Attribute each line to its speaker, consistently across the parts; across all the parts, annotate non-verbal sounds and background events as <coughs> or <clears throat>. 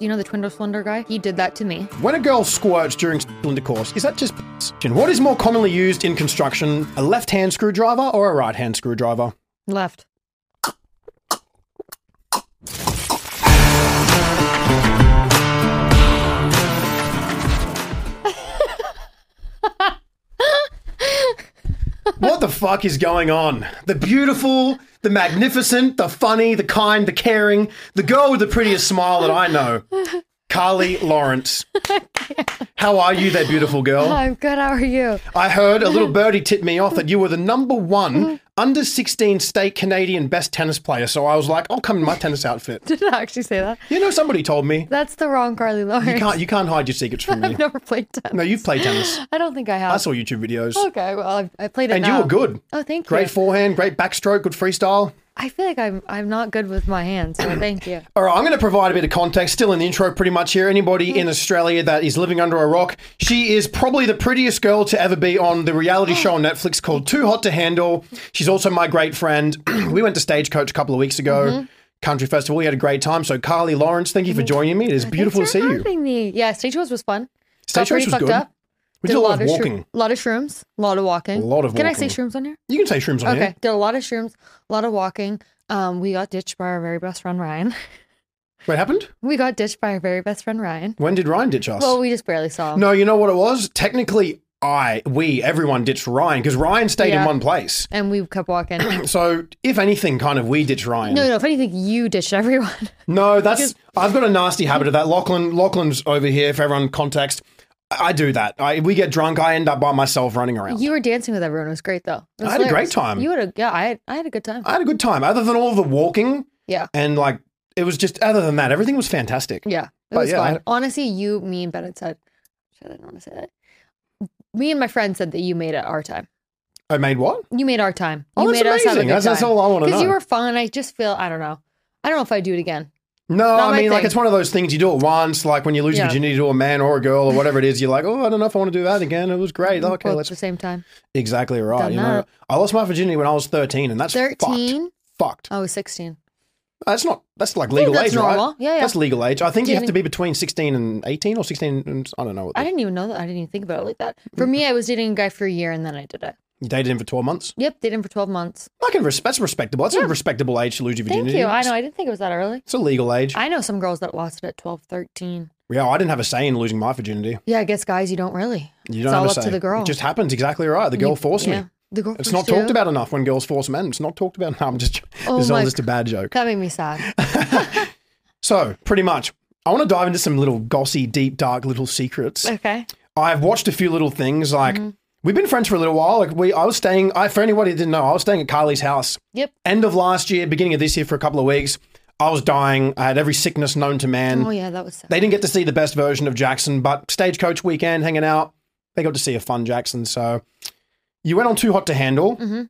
Speaker 1: You know the Twindle Slender guy? He did that to me.
Speaker 2: When a girl squirts during intercourse, is that just p- What is more commonly used in construction, a left-hand screwdriver or a right-hand screwdriver?
Speaker 1: Left.
Speaker 2: What the fuck is going on? The beautiful, the magnificent, the funny, the kind, the caring, the girl with the prettiest smile that I know, Carly Lawrence. How are you, that beautiful girl?
Speaker 1: <laughs> I'm good. How are you?
Speaker 2: I heard a little birdie tip me off that you were the number one under 16 state Canadian best tennis player. So I was like, I'll come in my tennis
Speaker 1: <laughs>
Speaker 2: outfit.
Speaker 1: Did I actually say that?
Speaker 2: You know, somebody told me.
Speaker 1: That's the wrong Carly Lawrence.
Speaker 2: You can't, you can't hide your secrets from <laughs> me.
Speaker 1: I've never played tennis.
Speaker 2: No, you've played tennis.
Speaker 1: I don't think I have.
Speaker 2: I saw YouTube videos.
Speaker 1: okay, well, I, I played it
Speaker 2: And you
Speaker 1: now.
Speaker 2: were good.
Speaker 1: Oh, thank you.
Speaker 2: Great forehand, great backstroke, good freestyle.
Speaker 1: I feel like I'm I'm not good with my hands, so thank you.
Speaker 2: All right, I'm going to provide a bit of context. Still in the intro, pretty much here. Anybody in Australia that is living under a rock, she is probably the prettiest girl to ever be on the reality show on Netflix called Too Hot to Handle. She's also my great friend. <clears throat> we went to Stagecoach a couple of weeks ago, Country Festival. We had a great time. So, Carly Lawrence, Mm-hmm. thank you for joining me. It is <laughs> beautiful to
Speaker 1: Thanks
Speaker 2: see
Speaker 1: for
Speaker 2: you.
Speaker 1: having me. Yeah, stage shows was fun. Got
Speaker 2: Stage
Speaker 1: pretty
Speaker 2: shows was
Speaker 1: fucked
Speaker 2: good.
Speaker 1: Up.
Speaker 2: We did a lot of walking.
Speaker 1: A lot of shrooms. A lot of walking.
Speaker 2: A lot of
Speaker 1: Can I say
Speaker 2: walking.
Speaker 1: shrooms on here?
Speaker 2: You can say shrooms on
Speaker 1: Okay.
Speaker 2: here.
Speaker 1: Did a lot of shrooms. A lot of walking. Um, we got ditched by our very best friend Ryan. <laughs>
Speaker 2: What happened?
Speaker 1: we got ditched by our very best friend Ryan.
Speaker 2: When did Ryan ditch us?
Speaker 1: Well, we just barely saw him.
Speaker 2: no, you know what it was? Technically, I, we, everyone ditched Ryan because Ryan stayed in
Speaker 1: Yeah.
Speaker 2: one place.
Speaker 1: And we kept walking. <clears throat> no,
Speaker 2: So, if anything, kind of we ditched Ryan.
Speaker 1: no. If anything, you ditched everyone. <laughs>
Speaker 2: No, that's I've got a nasty habit of that. Lachlan, Lachlan's over here. For everyone context, I I do that. I, we get drunk. I end up by myself running around.
Speaker 1: you were dancing with everyone. It was great though. It was
Speaker 2: I had a great
Speaker 1: hilarious.
Speaker 2: time. Uh,
Speaker 1: You had a yeah. I had I had a good time.
Speaker 2: I had a good time. Other than all the walking
Speaker 1: yeah.
Speaker 2: and like, it was just. Other than that, everything was fantastic.
Speaker 1: Yeah, it
Speaker 2: But
Speaker 1: was
Speaker 2: yeah,
Speaker 1: fun.
Speaker 2: I-
Speaker 1: Honestly, you, me, and Ben had said, shit, I don't want to say that. Me and my friend said that you made it our time.
Speaker 2: I made what?
Speaker 1: You made our time.
Speaker 2: Oh,
Speaker 1: you
Speaker 2: that's
Speaker 1: made us have a good
Speaker 2: amazing. That's- that's
Speaker 1: time.
Speaker 2: all I wanna
Speaker 1: Because you
Speaker 2: know.
Speaker 1: were fun. I just feel I don't know. I don't know if I do it again.
Speaker 2: No, I
Speaker 1: my
Speaker 2: mean like
Speaker 1: thing.
Speaker 2: it's one of those things you do it once. Like when you lose your
Speaker 1: Yeah.
Speaker 2: virginity to a man or a girl or whatever it is, you're like, oh, I don't know if I want to do that again. It was great. Okay,
Speaker 1: both
Speaker 2: let's.
Speaker 1: at the same time.
Speaker 2: Exactly right.
Speaker 1: Mm-hmm. Done
Speaker 2: You know,
Speaker 1: that.
Speaker 2: I lost my virginity when I was 13, and that's fucked.
Speaker 1: Thirteen.
Speaker 2: Fucked.
Speaker 1: I was sixteen.
Speaker 2: That's not. That's like legal
Speaker 1: that's
Speaker 2: age, right?
Speaker 1: normal. Yeah, yeah.
Speaker 2: That's legal age. I think you have
Speaker 1: Didn't-
Speaker 2: to be between sixteen and eighteen, or sixteen and I don't know. What
Speaker 1: I
Speaker 2: the,
Speaker 1: didn't even know that. I didn't even think about it like that.
Speaker 2: Mm-hmm.
Speaker 1: For me, I was dating a guy for a year and then I did it.
Speaker 2: you dated him for twelve months.
Speaker 1: Yep, dated him for twelve months.
Speaker 2: I can. Res- that's respectable. That's a respectable age to lose your
Speaker 1: Thank
Speaker 2: virginity.
Speaker 1: you. I know. I didn't think it was that early.
Speaker 2: It's a legal age.
Speaker 1: I know some girls that lost it at 12, 13.
Speaker 2: yeah, I didn't have a say in losing my virginity.
Speaker 1: Yeah, I guess guys, you don't really.
Speaker 2: You
Speaker 1: it's
Speaker 2: don't
Speaker 1: all
Speaker 2: have a
Speaker 1: up
Speaker 2: say.
Speaker 1: to the girl.
Speaker 2: It just happens. Exactly right. The girl forced
Speaker 1: yeah,
Speaker 2: me.
Speaker 1: the girl.
Speaker 2: It's not
Speaker 1: forced you.
Speaker 2: talked about enough when girls force men. It's not talked about. <laughs> No, I'm just.
Speaker 1: Oh
Speaker 2: this is all
Speaker 1: my
Speaker 2: just a bad joke.
Speaker 1: That made me
Speaker 2: <laughs>
Speaker 1: sad.
Speaker 2: So pretty much, I want to dive into some little gossy, deep, dark little secrets.
Speaker 1: Okay.
Speaker 2: I've watched a few little things. Like
Speaker 1: Mm-hmm.
Speaker 2: we've been friends for a little while. Like we, I was staying. I for anybody that didn't know, I was staying at Carly's house
Speaker 1: Yep.
Speaker 2: end of last year, beginning of this year for a couple of weeks. I was dying. I had every sickness known to man.
Speaker 1: Oh yeah, that was sad.
Speaker 2: They didn't get to see the best version of Jackson, but stagecoach weekend hanging out, they got to see a fun Jackson. So you went on Too Hot to Handle.
Speaker 1: Mm-hmm.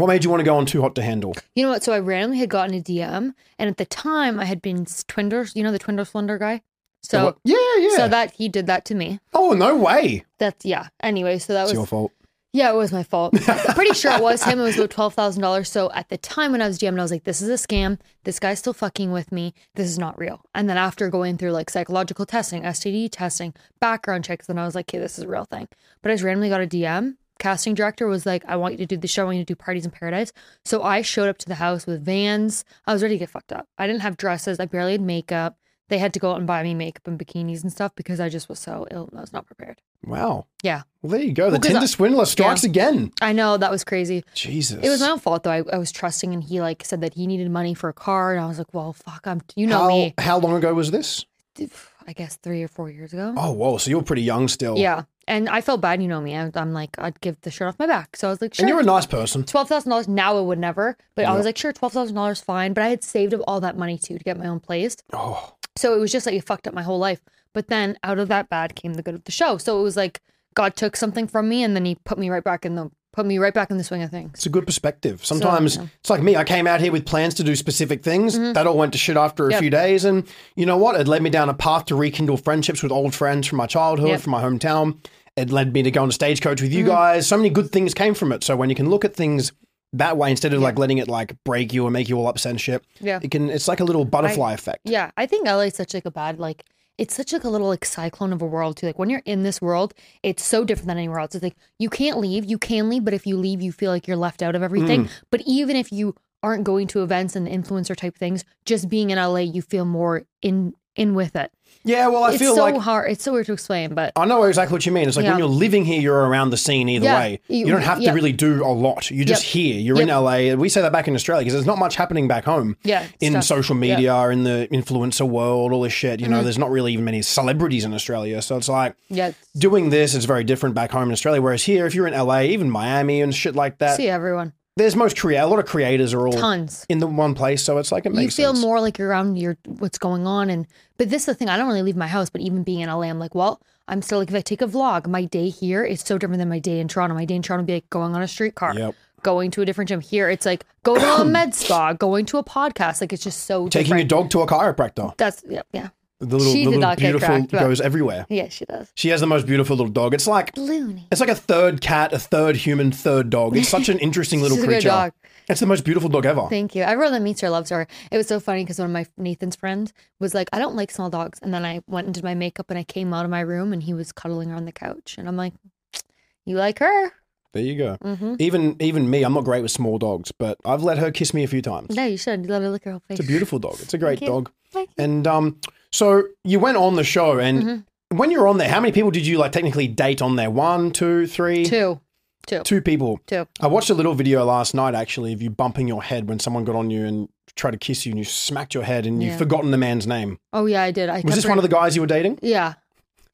Speaker 2: What made you want to go on Too Hot to Handle?
Speaker 1: You know what? So I randomly had gotten a DM, and at the time I had been s- Twinders. You know the Twinder Slender guy. So
Speaker 2: What- yeah, yeah.
Speaker 1: so that he did that to me.
Speaker 2: oh no way!
Speaker 1: That's yeah. Anyway, so that
Speaker 2: It's
Speaker 1: was
Speaker 2: your fault.
Speaker 1: yeah, it was my fault. I'm pretty sure it was him. It was about twelve thousand dollars. So at the time when I was DMing, I was like, "This is a scam. This guy's still fucking with me. This is not real." And then after going through like psychological testing, STD testing, background checks, then I was like, "Okay, this is a real thing." But I just randomly got a DM. Casting director was like, "I want you to do the show. I want you to do parties in paradise." So I showed up to the house with vans. I was ready to get fucked up. I didn't have dresses. I barely had makeup. They had to go out and buy me makeup and bikinis and stuff because I just was so ill and I was not prepared.
Speaker 2: Wow.
Speaker 1: Yeah,
Speaker 2: Well, there you go. The
Speaker 1: 'cause
Speaker 2: Tinder
Speaker 1: I-
Speaker 2: swindler strikes again.
Speaker 1: I know that was crazy.
Speaker 2: Jesus.
Speaker 1: It was my own fault though. I, I was trusting, and he like said that he needed money for a car, and I was like, "Well, fuck, I'm you know
Speaker 2: how,
Speaker 1: me."
Speaker 2: how long ago was this?
Speaker 1: I guess three or four years ago.
Speaker 2: Oh, whoa. So you're pretty young still.
Speaker 1: Yeah, and I felt bad, you know me. I, I'm like, I'd give the shirt off my back, so I was like,
Speaker 2: And you're
Speaker 1: "Sure."
Speaker 2: a nice person.
Speaker 1: Twelve thousand dollars now, I would never, but I was like, "Sure, twelve thousand dollars, fine." But I had saved up all that money too to get my own place,
Speaker 2: Oh,
Speaker 1: so it was just like it fucked up my whole life. But then out of that bad came the good of the show. So it was like God took something from me, and then He put me right back in the put me right back in the swing of things.
Speaker 2: it's a good perspective. Sometimes
Speaker 1: yeah. Mm-hmm.
Speaker 2: it's like me. I came out here with plans to do specific things. That all went to shit after a few days. And you know what? It led me down a path to rekindle friendships with old friends from my childhood,
Speaker 1: Yep. Mm-hmm.
Speaker 2: from my hometown. It led me to go on a stagecoach with you guys. So many good things came from it. So when you can look at things that way instead of like letting it like break you or make you all upset and shit,
Speaker 1: Yeah.
Speaker 2: it can. It's like a little butterfly effect.
Speaker 1: Yeah, I think LA is such like a bad like it's such like a little like cyclone of a world too. Like when you're in this world, it's so different than anywhere else. It's like you can't leave, you can leave, but if you leave, you feel like you're left out of everything.
Speaker 2: Mm.
Speaker 1: But even if you aren't going to events and influencer type things, just being in LA, you feel more in in with it.
Speaker 2: Yeah, well, I
Speaker 1: It's
Speaker 2: feel
Speaker 1: so
Speaker 2: like
Speaker 1: hard. It's so weird to explain, but
Speaker 2: I know exactly what you mean. It's like when
Speaker 1: Yeah.
Speaker 2: you're living here, you're around the scene either
Speaker 1: Yeah.
Speaker 2: way. You,
Speaker 1: You-
Speaker 2: don't have to
Speaker 1: yeah.
Speaker 2: really do a lot. You're just
Speaker 1: Yep.
Speaker 2: here. You're in
Speaker 1: Yep.
Speaker 2: LA. We say that back in Australia because there's not much happening back home.
Speaker 1: Yeah, Mm-hmm.
Speaker 2: In
Speaker 1: stuff.
Speaker 2: social media, in the influencer world, all this shit. You know, there's not really even many celebrities in Australia. So it's like
Speaker 1: yeah,
Speaker 2: doing this is very different back home in Australia. Whereas here, if you're in LA, even Miami and shit like that,
Speaker 1: see everyone.
Speaker 2: there's most create a lot of creators are all
Speaker 1: Tons.
Speaker 2: in the one place. So it's like it
Speaker 1: you
Speaker 2: makes
Speaker 1: feel
Speaker 2: sense.
Speaker 1: more like you're around your what's going on and but this is the thing i don't really leave my house but even being in la i'm like well i'm still like if i take a vlog my day here is so different than my day in toronto my day in toronto would be like going on a streetcar
Speaker 2: Yep.
Speaker 1: going to a different gym here it's like going
Speaker 2: <coughs>
Speaker 1: to a med spa going to a podcast like it's just so
Speaker 2: Taking
Speaker 1: different
Speaker 2: your dog to a chiropractor.
Speaker 1: that's yeah, yeah
Speaker 2: The little,
Speaker 1: She
Speaker 2: the
Speaker 1: did
Speaker 2: little
Speaker 1: not get
Speaker 2: beautiful
Speaker 1: cracked, but-
Speaker 2: goes everywhere.
Speaker 1: yeah she does
Speaker 2: She has the most beautiful little dog. It's like
Speaker 1: loony
Speaker 2: It's like a third cat, a third human, third dog. It's such
Speaker 1: <laughs>
Speaker 2: an interesting little
Speaker 1: She's a good
Speaker 2: creature.
Speaker 1: dog.
Speaker 2: It's the most beautiful dog ever.
Speaker 1: Thank you. Everyone that meets her loves her. It was so funny because one of my Nathan's friend was like, I don't like small dogs. And then I went and did my makeup and I came out of my room and he was cuddling her on the couch. And I'm like, You like her?
Speaker 2: There you go.
Speaker 1: Mm-hmm.
Speaker 2: Even even me, I'm not great with small dogs, but I've let her kiss me a few times.
Speaker 1: No, you should. Let her lick her whole face.
Speaker 2: It's a beautiful dog. It's a great
Speaker 1: Thank you.
Speaker 2: dog.
Speaker 1: Thank you.
Speaker 2: And um, so you went on the show, and
Speaker 1: Mm-hmm.
Speaker 2: when you were on there, how many people did you like technically date on there? One, two, three, two
Speaker 1: Two. Two.
Speaker 2: people.
Speaker 1: Two.
Speaker 2: I watched a little video last night actually of you bumping your head when someone got on you and tried to kiss you, and you smacked your head, and
Speaker 1: Yeah.
Speaker 2: you've forgotten the man's name.
Speaker 1: Oh, yeah, I did. I
Speaker 2: Was this one of the guys you were dating?
Speaker 1: Yeah.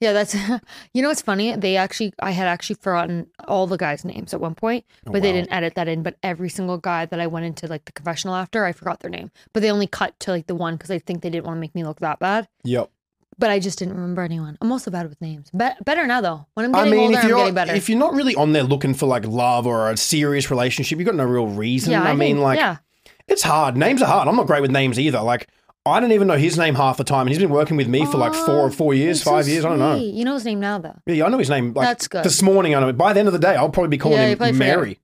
Speaker 1: Yeah, that's <laughs> you know what's funny? They actually I had actually forgotten all the guys' names at one point, but they
Speaker 2: Oh, wow.
Speaker 1: didn't edit that in. But every single guy that I went into like the confessional after, I forgot their name. But they only cut to like the one because I think they didn't want to make me look that bad.
Speaker 2: Yep.
Speaker 1: But I just didn't remember anyone. I'm also bad with names. Be- better now though. When I'm
Speaker 2: I
Speaker 1: getting
Speaker 2: mean,
Speaker 1: older,
Speaker 2: if
Speaker 1: I'm
Speaker 2: you're
Speaker 1: getting better.
Speaker 2: if you're not really on there looking for like love or a serious relationship, you've got no real reason. I, mean,
Speaker 1: think-
Speaker 2: like
Speaker 1: yeah,
Speaker 2: it's hard. Names are hard. I'm not great with names either. Like I don't even know his name half the time, and he's been working with me for like four
Speaker 1: Oh,
Speaker 2: or four years,
Speaker 1: He's so
Speaker 2: five years. I don't know.
Speaker 1: sweet. You know his name now though. <laughs>
Speaker 2: Yeah, I know his name. Like
Speaker 1: That's good.
Speaker 2: This morning, I know. By the end of the day, I'll probably be calling
Speaker 1: Yeah, you probably forget.
Speaker 2: him Mary.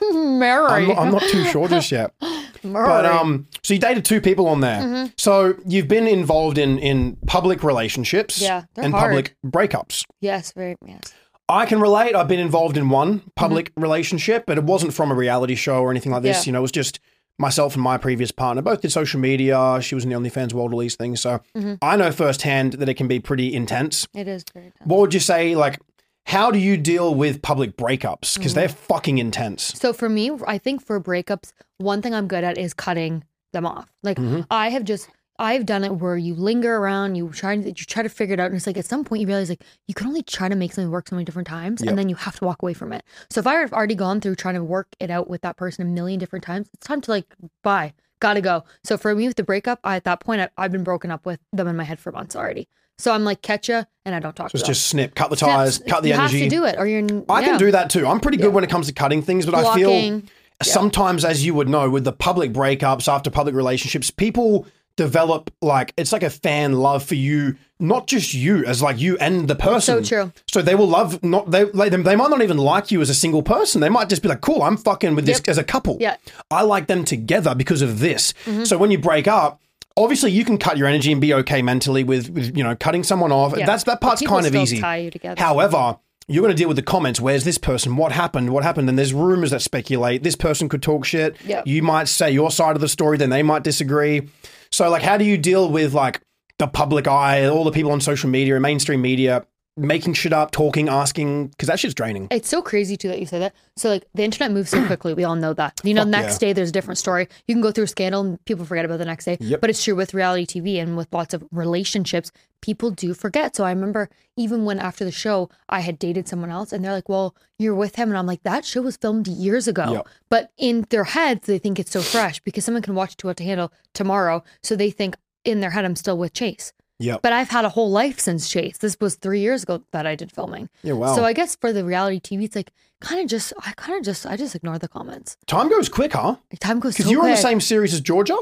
Speaker 2: I'm
Speaker 1: Mary.
Speaker 2: not, I'm not too sure just yet.
Speaker 1: <laughs> Mary.
Speaker 2: But um, so you dated two people on there.
Speaker 1: Mm-hmm.
Speaker 2: So you've been involved in in public relationships,
Speaker 1: Yeah, they're
Speaker 2: and public breakups.
Speaker 1: yes, very yes.
Speaker 2: I can relate. I've been involved in one public relationship, but it wasn't from a reality show or anything like this.
Speaker 1: Mm-hmm. Yeah.
Speaker 2: You know, it was just myself and my previous partner both did social media. She was in the OnlyFans world, all these things. So
Speaker 1: Mm-hmm.
Speaker 2: I know firsthand that it can be pretty intense.
Speaker 1: It is very tough.
Speaker 2: What would you say, like, how do you deal with public breakups? Because they're
Speaker 1: Mm-hmm.
Speaker 2: fucking intense.
Speaker 1: So for me, I think for breakups, one thing I'm good at is cutting them off. Like
Speaker 2: Mm-hmm.
Speaker 1: I have just I've done it where you linger around, you try to you try to figure it out, and it's like at some point you realize like you can only try to make something work so many different times,
Speaker 2: Yep.
Speaker 1: and then you have to walk away from it. So if I've already gone through trying to work it out with that person a million different times, it's time to like bye, gotta go. So for me with the breakup, I, at that point I, I've been broken up with them in my head for months already. So I'm like catch ya, and I don't talk.
Speaker 2: So it's
Speaker 1: to them.
Speaker 2: just snip, cut the ties,
Speaker 1: Snaps.
Speaker 2: cut the
Speaker 1: you
Speaker 2: energy.
Speaker 1: have to do it, or you're.
Speaker 2: I can do that too. I'm pretty good when it comes to cutting things, but I feel
Speaker 1: Blocking.
Speaker 2: sometimes, as you would know, with the public breakups after public relationships, people develop like it's like a fan love for you, not just you as like you and the person.
Speaker 1: true.
Speaker 2: So they will love not they like, they they might not even like you as a single person. They might just be like, "Cool, I'm fucking with
Speaker 1: Yep.
Speaker 2: this as a couple.
Speaker 1: Yeah. Mm-hmm.
Speaker 2: I like them together because of this." So when you break up. Obviously, you can cut your energy and be okay mentally with, with you know cutting someone off.
Speaker 1: Yeah.
Speaker 2: That's that
Speaker 1: But
Speaker 2: part's
Speaker 1: people
Speaker 2: kind of
Speaker 1: still
Speaker 2: easy.
Speaker 1: tie you together.
Speaker 2: However, you're going to deal with the comments. Where's this person? What happened? What happened? And there's rumors that speculate this person could talk shit.
Speaker 1: Yeah.
Speaker 2: You might say your side of the story, then they might disagree. So, like, how do you deal with like the public eye, all the people on social media and mainstream media making shit up, talking, asking? Because that shit's draining.
Speaker 1: It's so crazy too that you say that. So like the internet moves so quickly. We all know that. You know, the next day there's a different story. You can go through a scandal and people forget about the next day. But it's true with reality TV and with lots of relationships, people do forget. So I remember even when after the show I had dated someone else and they're like, "Well, you're with him," and I'm like, "That show was filmed years ago."
Speaker 2: Yep.
Speaker 1: But in their heads they think it's so fresh because someone can watch Too Hot to Handle tomorrow, so they think in their head I'm still with Chase.
Speaker 2: Yep.
Speaker 1: But I've had a whole life since Chase. This was three years ago that I did filming.
Speaker 2: Yeah, wow.
Speaker 1: So I guess for the reality TV, it's like kind of just I kind of just I just ignore the comments.
Speaker 2: Time goes quick, huh?
Speaker 1: Like, time goes so
Speaker 2: Because you were on the
Speaker 1: quick.
Speaker 2: same series as Georgia?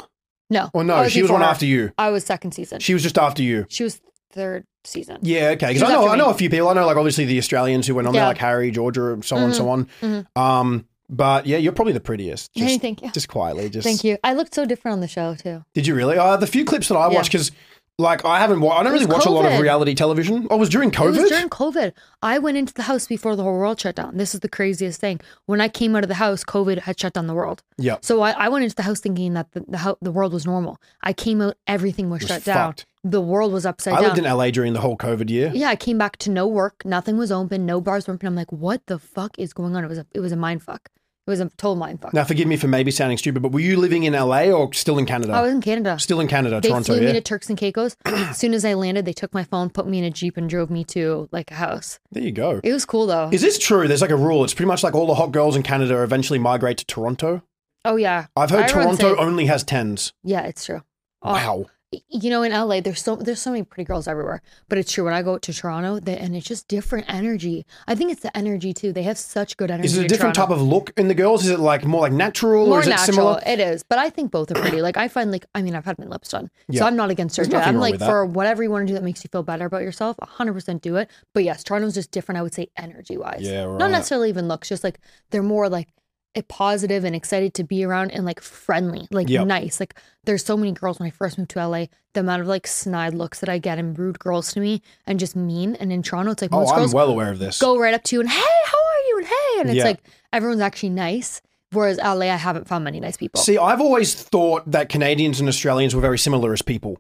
Speaker 1: No.
Speaker 2: Or no,
Speaker 1: I
Speaker 2: she was one
Speaker 1: before her.
Speaker 2: after you.
Speaker 1: I was second season. She,
Speaker 2: She was just after you.
Speaker 1: was third season.
Speaker 2: Yeah, okay.
Speaker 1: She
Speaker 2: Because
Speaker 1: was
Speaker 2: I know
Speaker 1: after
Speaker 2: I know
Speaker 1: me.
Speaker 2: a few people. I know like obviously the Australians who went on there,
Speaker 1: Yeah. Mm-hmm.
Speaker 2: like Harry, Georgia, so on and so on. Um, but yeah, you're probably the prettiest.
Speaker 1: Hey,
Speaker 2: Just,
Speaker 1: thank you.
Speaker 2: Just quietly. Just
Speaker 1: Thank you. I looked so different on the show too.
Speaker 2: Did you really? Uh, the few clips that I watched because Like I haven't. Wa- I don't
Speaker 1: It was
Speaker 2: really watch a lot of
Speaker 1: COVID.
Speaker 2: reality television. Oh, it was during
Speaker 1: It
Speaker 2: COVID.
Speaker 1: was during COVID. I went into the house before the whole world shut down. This is the craziest thing. When I came out of the house, COVID had shut down the world.
Speaker 2: yeah.
Speaker 1: So I, I went into the house thinking that the the, ho- the world was normal. I came out, everything was,
Speaker 2: was
Speaker 1: shut down.
Speaker 2: fucked.
Speaker 1: The world was upside
Speaker 2: I
Speaker 1: down.
Speaker 2: lived in LA during the whole COVID year.
Speaker 1: yeah, I came back to no work. Nothing was open. No bars were open. I'm like, what the fuck is going on? It was a, it was a mind fuck. It was a total mind fuck.
Speaker 2: Now, forgive me for maybe sounding stupid, but were you living in LA or still in Canada?
Speaker 1: I was in Canada.
Speaker 2: still in Canada,
Speaker 1: They
Speaker 2: Toronto.
Speaker 1: flew
Speaker 2: Yeah.
Speaker 1: me to Turks and
Speaker 2: <clears throat>
Speaker 1: Caicos. as soon as I landed, they took my phone, put me in a jeep, and drove me to like a house.
Speaker 2: there you go.
Speaker 1: It was cool though.
Speaker 2: Is this true? There's like a rule. It's pretty much like all the hot girls in Canada eventually migrate to Toronto.
Speaker 1: oh yeah,
Speaker 2: I've heard
Speaker 1: Everyone
Speaker 2: Toronto
Speaker 1: said-
Speaker 2: only has tens.
Speaker 1: yeah, it's true. Oh,
Speaker 2: Wow.
Speaker 1: you know, in LA, there's so there's so many pretty girls everywhere. But it's true when I go to Toronto, they, and it's just different energy. I think it's the energy too. They have such good energy.
Speaker 2: Is it a
Speaker 1: in
Speaker 2: different
Speaker 1: Toronto.
Speaker 2: type of look in the girls? Is it like more like natural or
Speaker 1: More
Speaker 2: is it
Speaker 1: natural,
Speaker 2: similar?
Speaker 1: it is, but I think both are pretty. Like I find, like I mean, I've had my lips done,
Speaker 2: Yeah.
Speaker 1: so I'm not against
Speaker 2: There's
Speaker 1: surgery.
Speaker 2: nothing
Speaker 1: I'm
Speaker 2: wrong
Speaker 1: like
Speaker 2: with that.
Speaker 1: for whatever you want to do that makes you feel better about yourself, 100 percent do it. But yes, Toronto's just different. I would say energy wise,
Speaker 2: Yeah, right.
Speaker 1: not necessarily even looks, just like they're more like a positive and excited to be around and like friendly, like
Speaker 2: Yep.
Speaker 1: nice. Like there's so many girls when I first moved to LA, the amount of like snide looks that I get and rude girls to me and just mean. And in Toronto, it's like
Speaker 2: Oh,
Speaker 1: most
Speaker 2: I'm
Speaker 1: girls
Speaker 2: well aware of this.
Speaker 1: go right up to you and hey, how are you? And hey, and it's
Speaker 2: Yeah.
Speaker 1: like everyone's actually nice. Whereas LA, I haven't found many nice people.
Speaker 2: See, I've always thought that Canadians and Australians were very similar as people.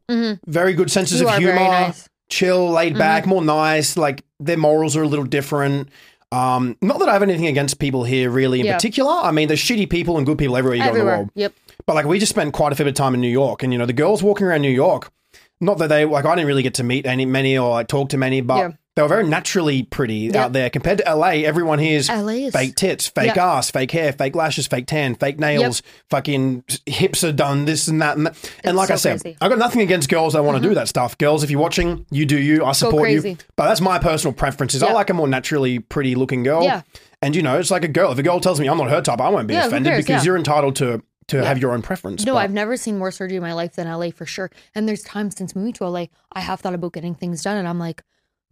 Speaker 2: Very good senses
Speaker 1: Mm-hmm. You are
Speaker 2: of humor,
Speaker 1: very nice. Mm-hmm.
Speaker 2: chill, laid back, more nice. Like their morals are a little different. Um, not that I have anything against people here, really, in
Speaker 1: Yeah.
Speaker 2: particular. I mean, there's shitty people and good people everywhere you go in the
Speaker 1: Everywhere.
Speaker 2: world.
Speaker 1: Yep.
Speaker 2: But like we just spent quite a fair bit of time in New York, and you know the girls walking around New York. Not that they like I didn't really get to meet any many or like, talk to many, but
Speaker 1: Yeah.
Speaker 2: they were very naturally pretty out there compared to LA. Everyone here is
Speaker 1: LA is-
Speaker 2: fake tits, fake
Speaker 1: Yeah.
Speaker 2: ass, fake hair, fake lashes, fake tan, fake nails. Fucking hips are done, this and that, and, that.
Speaker 1: It's
Speaker 2: and like
Speaker 1: so
Speaker 2: I said,
Speaker 1: crazy. Mm-hmm.
Speaker 2: I got nothing against girls that want to do that stuff. Girls, if you're watching, you do you. I support you,
Speaker 1: crazy.
Speaker 2: but that's my personal preferences. I
Speaker 1: Yeah.
Speaker 2: like a more naturally pretty looking girl.
Speaker 1: Yeah.
Speaker 2: And you know, it's like a girl. If a girl tells me I'm not her type, I won't be
Speaker 1: Yeah, who
Speaker 2: offended
Speaker 1: cares?
Speaker 2: because
Speaker 1: Yeah.
Speaker 2: you're entitled to to have your own preference.
Speaker 1: No,
Speaker 2: but-
Speaker 1: I've never seen more surgery in my life than LA for sure. And there's times since moving to LA, I have thought about getting things done, and I'm like,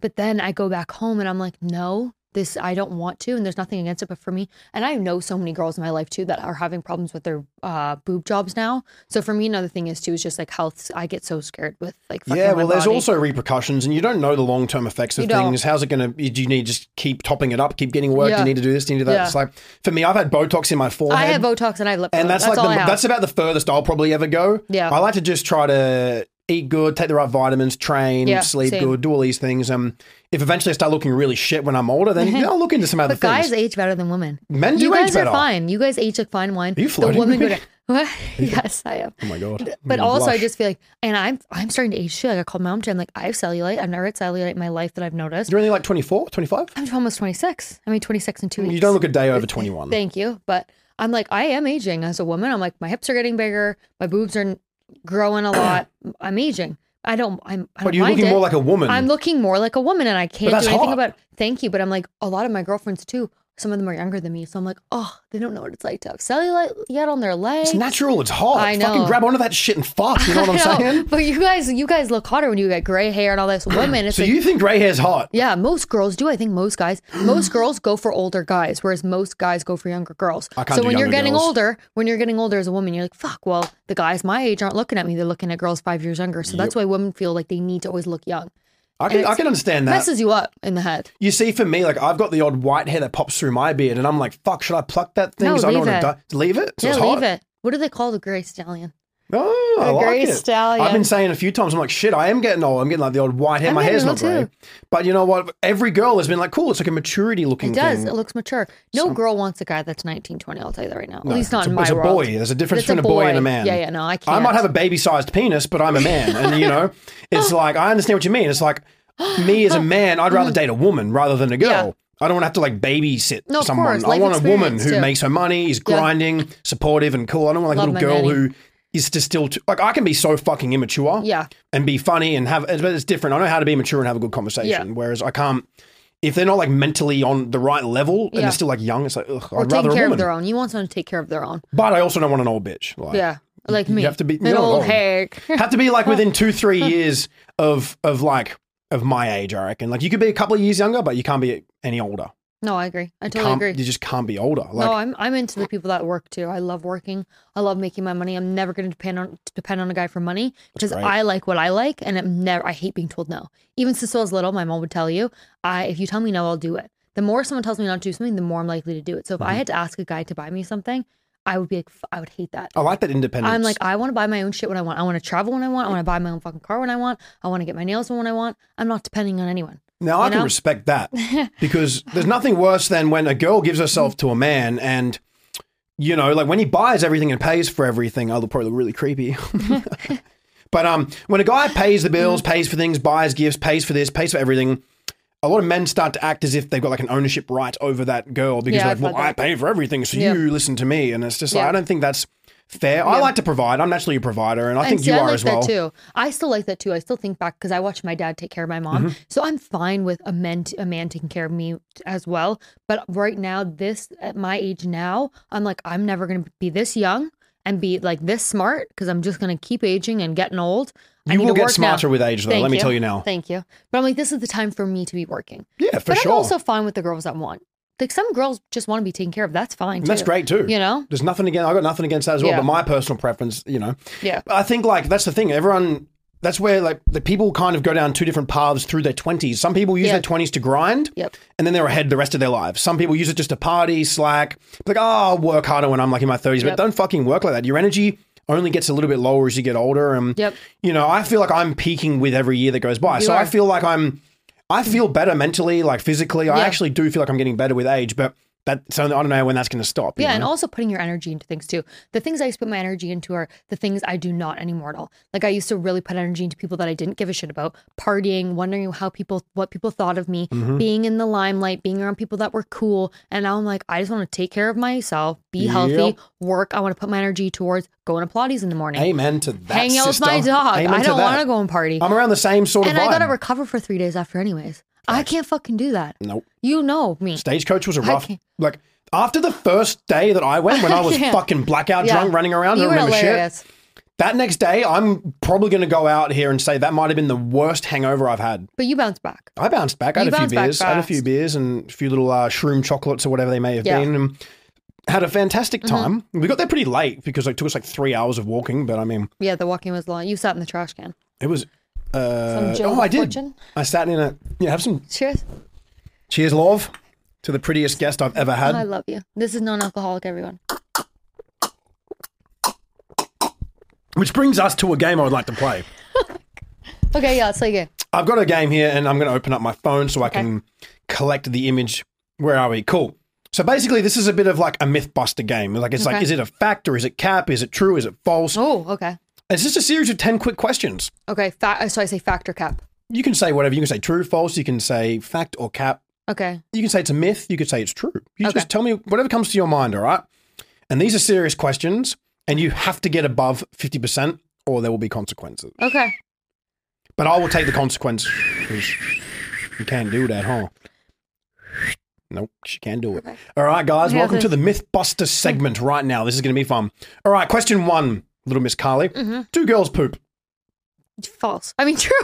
Speaker 1: but then I go back home and I'm like, no, this I don't want to, and there's nothing against it, but for me, and I know so many girls in my life too that are having problems with their uh, boob jobs now. So for me, another thing is too is just like health. I get so scared with like fucking
Speaker 2: yeah,
Speaker 1: my
Speaker 2: well, there's
Speaker 1: body.
Speaker 2: also repercussions, and you don't know the long term effects of
Speaker 1: You don't.
Speaker 2: things. How's it going to? Do you need to just keep topping it up, keep getting work? Do
Speaker 1: Yeah.
Speaker 2: you need to do this? Do you need to do that?
Speaker 1: Yeah.
Speaker 2: It's like for me, I've had Botox in my forehead.
Speaker 1: I have Botox and I have lip.
Speaker 2: and that's,
Speaker 1: that's
Speaker 2: like
Speaker 1: all
Speaker 2: the,
Speaker 1: I have.
Speaker 2: that's about the furthest I'll probably ever go.
Speaker 1: Yeah.
Speaker 2: I like to just try to eat good, take the right vitamins, train,
Speaker 1: Yeah,
Speaker 2: sleep
Speaker 1: same.
Speaker 2: good, do all these things. Um, if eventually I start looking really shit when I'm
Speaker 1: <laughs>
Speaker 2: older, then yeah, I'll look into some other
Speaker 1: But guys
Speaker 2: things.
Speaker 1: age better than women.
Speaker 2: Men do
Speaker 1: you
Speaker 2: age
Speaker 1: guys
Speaker 2: better.
Speaker 1: are fine. You guys age like fine wine.
Speaker 2: you flirting
Speaker 1: the women
Speaker 2: with
Speaker 1: go
Speaker 2: me?
Speaker 1: to <laughs> what? yes, I am.
Speaker 2: Oh my god!
Speaker 1: But
Speaker 2: I'm
Speaker 1: also, I
Speaker 2: blush.
Speaker 1: just feel like, and I'm I'm starting to age too. Like I called my mom today. I'm like, I have cellulite. I've never had cellulite in my life that I've noticed.
Speaker 2: you're only like 24, 25.
Speaker 1: I'm almost 26. I mean, 26 in two weeks.
Speaker 2: You don't look a day over 21.
Speaker 1: Thank you, but I'm like, I am aging as a woman. I'm like, my hips are getting bigger. My boobs are growing a lot. <clears throat> I'm aging. I don't. I'm. I don't
Speaker 2: But you're
Speaker 1: mind
Speaker 2: looking
Speaker 1: it.
Speaker 2: more like a woman.
Speaker 1: I'm looking more like a woman and I can't do
Speaker 2: that's
Speaker 1: anything
Speaker 2: hot.
Speaker 1: about thank you. But I'm like a lot of my girlfriends too, some of them are younger than me. So I'm like, oh, they don't know what it's like to have cellulite yet on their legs.
Speaker 2: It's natural. It's hot.
Speaker 1: I
Speaker 2: Fucking
Speaker 1: know.
Speaker 2: grab onto that shit and fuck. You know what I'm
Speaker 1: <laughs> I know,
Speaker 2: saying?
Speaker 1: But <laughs> you guys you guys look hotter when you get gray hair and all
Speaker 2: <clears throat>
Speaker 1: this. Women, it's
Speaker 2: So
Speaker 1: like
Speaker 2: you think grey hair's hot?
Speaker 1: yeah, most girls do. I think most
Speaker 2: <gasps>
Speaker 1: guys, most girls go for older guys, whereas most guys go for younger girls.
Speaker 2: I can't
Speaker 1: so
Speaker 2: do
Speaker 1: when you're
Speaker 2: younger
Speaker 1: getting
Speaker 2: girls.
Speaker 1: older, when you're getting older as a woman, you're like, fuck. Well, the guys my age aren't looking at me; they're looking at girls five years younger. So that's why women feel like they need to always look young.
Speaker 2: I can, I
Speaker 1: it's-
Speaker 2: can understand that.
Speaker 1: Messes you up in the head.
Speaker 2: You see, for me, like I've got the odd white hair that pops through my beard, and I'm like, fuck, should I pluck that thing?
Speaker 1: No,
Speaker 2: 'Cause I don't
Speaker 1: leave
Speaker 2: want to leave it. So
Speaker 1: yeah,
Speaker 2: it's hot.
Speaker 1: leave it. What do they call the gray stallion?
Speaker 2: Oh, I
Speaker 1: The
Speaker 2: like
Speaker 1: grey
Speaker 2: it.
Speaker 1: stallion.
Speaker 2: I've been saying a few times, I'm like, shit, I am getting old. I'm getting like the old white hair.
Speaker 1: I'm
Speaker 2: my hair's
Speaker 1: getting
Speaker 2: not
Speaker 1: old
Speaker 2: grey.
Speaker 1: too.
Speaker 2: But you know what? Every girl has been like, cool. It's like a maturity looking
Speaker 1: It does. It
Speaker 2: thing.
Speaker 1: looks mature. No girl wants a guy that's 19, 20. I'll tell you that right now. At least not
Speaker 2: it's a,
Speaker 1: in my
Speaker 2: it's a
Speaker 1: world.
Speaker 2: boy. There's a difference
Speaker 1: It's a
Speaker 2: between a boy. and a
Speaker 1: boy.
Speaker 2: man.
Speaker 1: Yeah, yeah, no, I
Speaker 2: I might
Speaker 1: can't.
Speaker 2: have a baby-sized penis, but I'm a man, and you know,
Speaker 1: <laughs>
Speaker 2: it's like I understand what you mean. It's like
Speaker 1: <gasps>
Speaker 2: me as a man, I'd rather date a woman rather than a girl.
Speaker 1: Mm. Yeah.
Speaker 2: I don't want to have to like babysit
Speaker 1: No, of
Speaker 2: someone.
Speaker 1: course.
Speaker 2: I
Speaker 1: Life
Speaker 2: want a woman
Speaker 1: experience,
Speaker 2: who
Speaker 1: too.
Speaker 2: makes her money, is grinding, supportive, and cool. I don't want like a
Speaker 1: Love
Speaker 2: little girl
Speaker 1: my nanny.
Speaker 2: who is just still too, like I can be so fucking immature,
Speaker 1: Yeah.
Speaker 2: and be funny and have. But it's different. I know how to be mature and have a good conversation,
Speaker 1: Yeah.
Speaker 2: whereas I can't. If they're not like mentally on the right level and
Speaker 1: Yeah.
Speaker 2: they're still like young, it's like ugh,
Speaker 1: Or
Speaker 2: I'd
Speaker 1: take
Speaker 2: rather a
Speaker 1: care of
Speaker 2: woman.
Speaker 1: their own. You want someone to take care of their own.
Speaker 2: But I also don't want an old bitch. Like,
Speaker 1: Yeah. Like me.
Speaker 2: have to be-
Speaker 1: an
Speaker 2: no,
Speaker 1: old
Speaker 2: oh.
Speaker 1: hag.
Speaker 2: have to be like
Speaker 1: <laughs>
Speaker 2: within two three years of of like of my age i reckon like you could be a couple of years younger but you can't be any older
Speaker 1: No, I agree. I totally
Speaker 2: Can't,
Speaker 1: agree.
Speaker 2: You just can't be older. Like,
Speaker 1: no, Oh, I'm I'm into the people that work too. I love working. I love making my money. I'm never going to depend on depend on a guy for money because
Speaker 2: great.
Speaker 1: I like what I like, and I'm never. I hate being told no. Even since I was little, my mom would tell you, "I if you tell me no, I'll do it." The more someone tells me not to do something, the more I'm likely to do it. So if I had to ask a guy to buy me something, I would be like, "F- I would hate that.
Speaker 2: I like that independence.
Speaker 1: I'm like, I want to buy my own shit when I want. I want to travel when I want. I want to buy my own fucking car when I want. I want to get my nails done when I want. I'm not depending on anyone.
Speaker 2: Now I
Speaker 1: You
Speaker 2: can
Speaker 1: know? <laughs>
Speaker 2: respect that because there's nothing worse than when a girl gives herself to a man and you know, like when he buys everything and pays for everything, I'll probably look really creepy. <laughs> but um when a guy pays the bills, pays for things, buys gifts, pays for this, pays for everything, a lot of men start to act as if they've got like an ownership right over that girl because
Speaker 1: Yeah,
Speaker 2: they're
Speaker 1: I've
Speaker 2: like, well,
Speaker 1: had
Speaker 2: I
Speaker 1: that.
Speaker 2: pay for everything, so
Speaker 1: Yeah.
Speaker 2: you listen to me. And it's just like,
Speaker 1: Yeah.
Speaker 2: I don't think that's fair. I like to provide. I'm naturally a provider, and I think
Speaker 1: and see,
Speaker 2: you
Speaker 1: I
Speaker 2: are
Speaker 1: like
Speaker 2: as well.
Speaker 1: that too. I still like that too. I still think back because I watched my dad take care of my
Speaker 2: Mm-hmm.
Speaker 1: mom, so I'm fine with a man a man taking care of me as well. But right now, this at my age now, I'm like I'm never gonna be this young and be like this smart because I'm just gonna keep aging and getting old. I
Speaker 2: You
Speaker 1: need
Speaker 2: will
Speaker 1: to
Speaker 2: get
Speaker 1: work
Speaker 2: smarter
Speaker 1: now.
Speaker 2: with age, though.
Speaker 1: Thank
Speaker 2: let me tell you now.
Speaker 1: Thank you. But I'm like, this is the time for me to be working.
Speaker 2: Yeah, for
Speaker 1: but
Speaker 2: sure.
Speaker 1: I'm also fine with the girls that want. Like some girls just want to be taken care of. That's fine.
Speaker 2: And that's
Speaker 1: too.
Speaker 2: great too.
Speaker 1: You know?
Speaker 2: there's nothing against. I got nothing against that as well.
Speaker 1: Yeah.
Speaker 2: But my personal preference, you know,
Speaker 1: Yeah.
Speaker 2: I think like that's the thing. Everyone, that's where like the people kind of go down two different paths through their twenties. Some people use
Speaker 1: Yeah.
Speaker 2: their twenties to grind,
Speaker 1: Yep.
Speaker 2: and then they're ahead the rest of their lives. Some people use it just to party, slack, like oh, I'll work harder when I'm like in my thirties.
Speaker 1: Yep.
Speaker 2: But don't fucking work like that. Your energy only gets a little bit lower as you get older, and
Speaker 1: Yep.
Speaker 2: you know, I feel like I'm peaking with every year that goes by.
Speaker 1: You
Speaker 2: so I
Speaker 1: are.
Speaker 2: feel like I'm, I feel better mentally, like physically. I
Speaker 1: Yeah.
Speaker 2: actually do feel like I'm getting better with age, but. That, so I don't know when that's going to stop. you
Speaker 1: Yeah,
Speaker 2: know?
Speaker 1: and also putting your energy into things too. The things I used to put my energy into are the things I do not anymore at all. Like I used to really put energy into people that I didn't give a shit about, partying, wondering how people, what people thought of me,
Speaker 2: Mm-hmm.
Speaker 1: being in the limelight, being around people that were cool. And now I'm like, I just want to take care of myself, be healthy,
Speaker 2: Yep.
Speaker 1: work. I want to put my energy towards going to Pilates in the morning,
Speaker 2: Amen to that.
Speaker 1: hang out with
Speaker 2: sister.
Speaker 1: my dog.
Speaker 2: Amen
Speaker 1: I
Speaker 2: to
Speaker 1: don't
Speaker 2: that.
Speaker 1: want to go and party.
Speaker 2: I'm around the same sort
Speaker 1: and
Speaker 2: of vibe.
Speaker 1: I got to recover for three days after, anyways. I can't fucking do that.
Speaker 2: nope.
Speaker 1: You know me.
Speaker 2: Stagecoach was a rough.
Speaker 1: can't-
Speaker 2: Like after the first day that I went, when I
Speaker 1: <laughs>
Speaker 2: was
Speaker 1: Yeah.
Speaker 2: fucking blackout drunk, running around, I
Speaker 1: you
Speaker 2: don't
Speaker 1: were
Speaker 2: remember shit.
Speaker 1: hilarious.
Speaker 2: That next day, I'm probably going to go out here and say that might have been the worst hangover I've had.
Speaker 1: But you bounced back.
Speaker 2: I bounced back.
Speaker 1: You
Speaker 2: I had a few
Speaker 1: bounced back
Speaker 2: beers. I had a
Speaker 1: fast.
Speaker 2: few beers and a few little uh, shroom chocolates or whatever they may have
Speaker 1: Yeah. Mm-hmm.
Speaker 2: been. And had a fantastic time. We got there pretty late because it took us like three hours of walking. But I mean,
Speaker 1: Yeah, the walking was long. You sat in the trash can.
Speaker 2: it was.
Speaker 1: Some
Speaker 2: Uh,
Speaker 1: Joe
Speaker 2: oh, I did.
Speaker 1: Fortune.
Speaker 2: I sat in a. Yeah, have some
Speaker 1: Cheers.
Speaker 2: Cheers, love, to the prettiest guest I've ever
Speaker 1: I
Speaker 2: had.
Speaker 1: love you. This is non-alcoholic, everyone.
Speaker 2: Which brings us to a game I would like to play.
Speaker 1: Okay, yeah, let's play again.
Speaker 2: I've got a game here, and I'm going to open up my phone so I can collect the image. Where are we? Cool. So basically, this is a bit of like a MythBuster game. Like it's like,
Speaker 1: Okay.
Speaker 2: is it a fact or is it cap? Is it true? Is it false?
Speaker 1: Oh, okay.
Speaker 2: It's just a series of ten quick questions.
Speaker 1: Okay, fa- uh, so I say factor cap.
Speaker 2: You can say whatever. You can say true, false. You can say fact or cap.
Speaker 1: Okay.
Speaker 2: You can say it's a myth. You could say it's true. You
Speaker 1: Okay.
Speaker 2: just tell me whatever comes to your mind. All right. And these are serious questions, and you have to get above fifty percent, or there will be consequences.
Speaker 1: Okay.
Speaker 2: But I will take the consequence. 'cause You can't do that, huh? Nope, she can't do it. All right, guys,
Speaker 1: Yeah,
Speaker 2: welcome to
Speaker 1: this-
Speaker 2: the Mythbuster segment right now. This is going to be fun. All right, question one, little Miss Carly.
Speaker 1: Mm-hmm.
Speaker 2: Do girls poop?
Speaker 1: False. I mean, <laughs> true.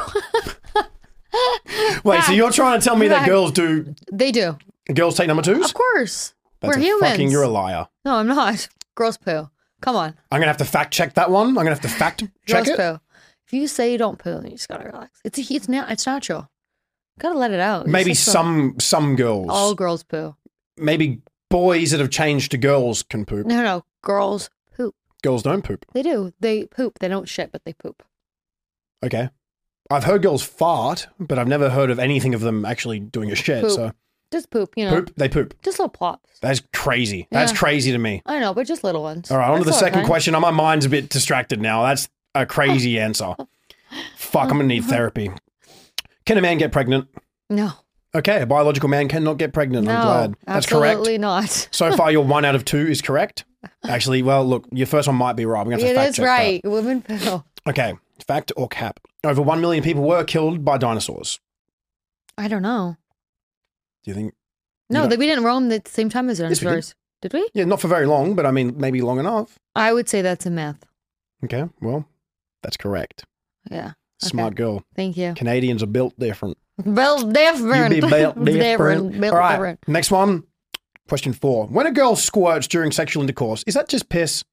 Speaker 2: Wait, so you're trying to tell me that
Speaker 1: Fact.
Speaker 2: girls do,
Speaker 1: they do.
Speaker 2: girls take number twos?
Speaker 1: Of course.
Speaker 2: That's
Speaker 1: We're
Speaker 2: a
Speaker 1: humans.
Speaker 2: Fucking, you're a liar.
Speaker 1: no, I'm not. Gross poo. Come on.
Speaker 2: I'm going to have to fact check that one. I'm going to have to fact check
Speaker 1: Gross
Speaker 2: it.
Speaker 1: poo. If you say you don't poo, then you just gotta relax. It's a, it's now it's natural. Gotta let it out. It's
Speaker 2: Maybe
Speaker 1: just a-
Speaker 2: some some girls,
Speaker 1: all girls poo.
Speaker 2: maybe boys that have changed to girls can poop.
Speaker 1: No, no, girls poop.
Speaker 2: Girls don't poop.
Speaker 1: They do. They poop. They don't shit, but they poop.
Speaker 2: Okay. I've heard girls fart, but I've never heard of anything of them actually doing a shit.
Speaker 1: Poop.
Speaker 2: So
Speaker 1: Just poop. You know.
Speaker 2: poop, they poop.
Speaker 1: Just little plops.
Speaker 2: That's crazy. That's
Speaker 1: Yeah.
Speaker 2: crazy to me.
Speaker 1: I know, but just little ones.
Speaker 2: All right, on to the
Speaker 1: That's all
Speaker 2: second
Speaker 1: right.
Speaker 2: question. Now, My mind's a bit distracted now. That's a
Speaker 1: <laughs>
Speaker 2: crazy answer. Fuck, I'm gonna need
Speaker 1: Uh-huh.
Speaker 2: therapy. Can a man get pregnant?
Speaker 1: No,
Speaker 2: Okay, a biological man cannot get pregnant.
Speaker 1: no,
Speaker 2: I'm glad. That's correct.
Speaker 1: absolutely not.
Speaker 2: So
Speaker 1: <laughs>
Speaker 2: far, your one out of two is correct. Actually, well, look, your first one might be right. We're gonna have to
Speaker 1: It
Speaker 2: fact
Speaker 1: is
Speaker 2: check that.
Speaker 1: right. Women poo.
Speaker 2: Okay, fact or cap? Over one million people were killed by dinosaurs.
Speaker 1: I don't know.
Speaker 2: Do you think?
Speaker 1: No,
Speaker 2: don't-
Speaker 1: that we didn't roam at the same time as
Speaker 2: Yes, we did.
Speaker 1: dinosaurs. did. we?
Speaker 2: Yeah, not for very long, but I mean, maybe long enough.
Speaker 1: I would say that's a myth.
Speaker 2: Okay, well, that's correct.
Speaker 1: Yeah. Okay.
Speaker 2: Smart girl.
Speaker 1: Thank you.
Speaker 2: Canadians are built different.
Speaker 1: Well, <laughs> different.
Speaker 2: You be built different.
Speaker 1: Different, built
Speaker 2: All right.
Speaker 1: different.
Speaker 2: Next one. Question four. When a girl squirts during sexual intercourse, is that just piss?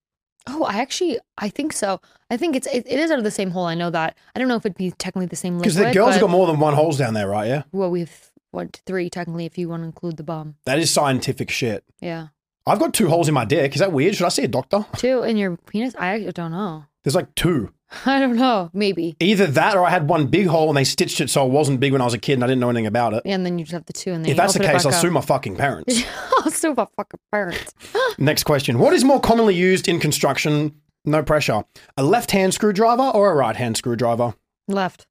Speaker 1: Oh, I actually, I think so. I think it's it, it is out of the same hole. I know that. I don't know if it'd be technically the same
Speaker 2: Because
Speaker 1: liquid.
Speaker 2: the girls
Speaker 1: but,
Speaker 2: have got more than one holes down there, right? Yeah.
Speaker 1: Well, we've one, two, three technically if you want to include the bomb.
Speaker 2: That is scientific shit.
Speaker 1: Yeah,
Speaker 2: I've got two holes in my dick. Is that weird? Should I see a doctor?
Speaker 1: two in your penis. I actually don't know.
Speaker 2: There's like two.
Speaker 1: <laughs> I don't know. Maybe.
Speaker 2: Either that or I had one big hole and they stitched it so it wasn't big when I was a kid and I didn't know anything about it.
Speaker 1: And then you just have the two, and then
Speaker 2: if
Speaker 1: you
Speaker 2: that's the
Speaker 1: open it
Speaker 2: case, I'll
Speaker 1: back
Speaker 2: sue
Speaker 1: up.
Speaker 2: my fucking parents.
Speaker 1: <laughs> I'll sue my fucking parents.
Speaker 2: Next question. What is more commonly used in construction? No pressure. A left hand screwdriver or a right hand screwdriver? <laughs>
Speaker 1: Left.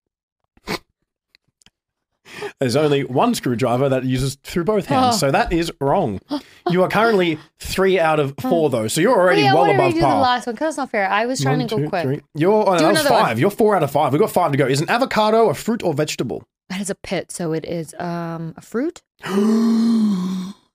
Speaker 2: There's only one screwdriver that uses through both hands,
Speaker 1: Oh.
Speaker 2: so that is wrong. You are currently three out of four, though, so you're already
Speaker 1: Wait, Oh, I
Speaker 2: well
Speaker 1: wanted
Speaker 2: above
Speaker 1: to do the
Speaker 2: par.
Speaker 1: last one because that's not fair. I was trying
Speaker 2: One,
Speaker 1: to
Speaker 2: two,
Speaker 1: go quick.
Speaker 2: three. You're on
Speaker 1: Do
Speaker 2: another
Speaker 1: another one.
Speaker 2: five. You're four out of five. We've got five to go. Is an avocado a fruit or vegetable?
Speaker 1: That is a pit, so it is um a fruit. Uh,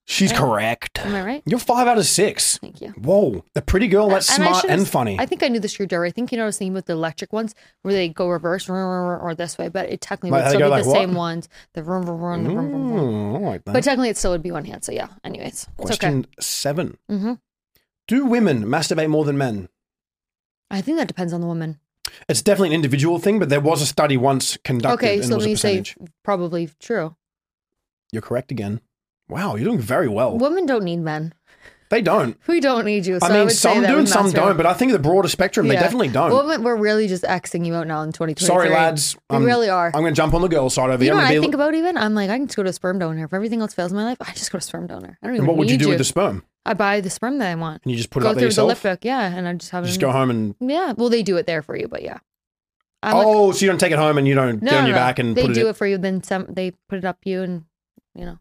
Speaker 2: She's correct.
Speaker 1: Am I right?
Speaker 2: You're five out of six.
Speaker 1: Thank you.
Speaker 2: Whoa, a pretty girl that's
Speaker 1: I
Speaker 2: smart
Speaker 1: should've-
Speaker 2: and funny.
Speaker 1: I think I knew the screwdriver. I think you know I was thinking about the electric ones where they go reverse vroom, vroom, vroom, or this way, but it technically
Speaker 2: Like,
Speaker 1: would
Speaker 2: they
Speaker 1: still
Speaker 2: go
Speaker 1: be
Speaker 2: like
Speaker 1: the
Speaker 2: what?
Speaker 1: same ones. The vroom, vroom, vroom, the vroom, vroom, vroom.
Speaker 2: Mm, I like that.
Speaker 1: But technically, it still would be one hand. So yeah. Anyways, it's okay.
Speaker 2: Question 7
Speaker 1: Mhm.
Speaker 2: Do women masturbate more than men?
Speaker 1: I think that depends on the woman.
Speaker 2: It's definitely an individual thing, but there was a study once conducted.
Speaker 1: Okay,
Speaker 2: and it
Speaker 1: so
Speaker 2: was
Speaker 1: when
Speaker 2: a
Speaker 1: you say
Speaker 2: percentage.
Speaker 1: probably true,
Speaker 2: You're correct again. Wow, you're doing very well.
Speaker 1: women don't need men.
Speaker 2: They don't.
Speaker 1: We don't need you. So
Speaker 2: Oh. I
Speaker 1: I
Speaker 2: mean,
Speaker 1: would say
Speaker 2: some
Speaker 1: that
Speaker 2: do
Speaker 1: we
Speaker 2: and some
Speaker 1: masturbate.
Speaker 2: don't, but I think the broader spectrum, they
Speaker 1: Yeah.
Speaker 2: definitely don't.
Speaker 1: Women, we're really just xing you out now in 2023.
Speaker 2: Sorry, lads.
Speaker 1: We
Speaker 2: I'm-
Speaker 1: really are.
Speaker 2: I'm going to jump on the girl side over
Speaker 1: you
Speaker 2: here.
Speaker 1: know
Speaker 2: I'm
Speaker 1: what
Speaker 2: gonna
Speaker 1: I
Speaker 2: be-
Speaker 1: think about even? I'm like, I can just go to a sperm donor. If everything else fails in my life, I just go to a sperm donor. I don't even
Speaker 2: and what would you
Speaker 1: need
Speaker 2: do with the sperm?
Speaker 1: I buy the sperm that I want.
Speaker 2: And you just put it
Speaker 1: Go
Speaker 2: up
Speaker 1: through
Speaker 2: there
Speaker 1: the
Speaker 2: yourself?
Speaker 1: lift book, yeah, and I just have
Speaker 2: You
Speaker 1: them.
Speaker 2: just go home and.
Speaker 1: Yeah, well, they do it there for you, but yeah. I'm like,
Speaker 2: oh, so you don't take it home and you don't
Speaker 1: no,
Speaker 2: get on
Speaker 1: no,
Speaker 2: your
Speaker 1: no.
Speaker 2: back and
Speaker 1: they
Speaker 2: put it
Speaker 1: do
Speaker 2: in.
Speaker 1: it for you. Then some, they put it up you, and you know,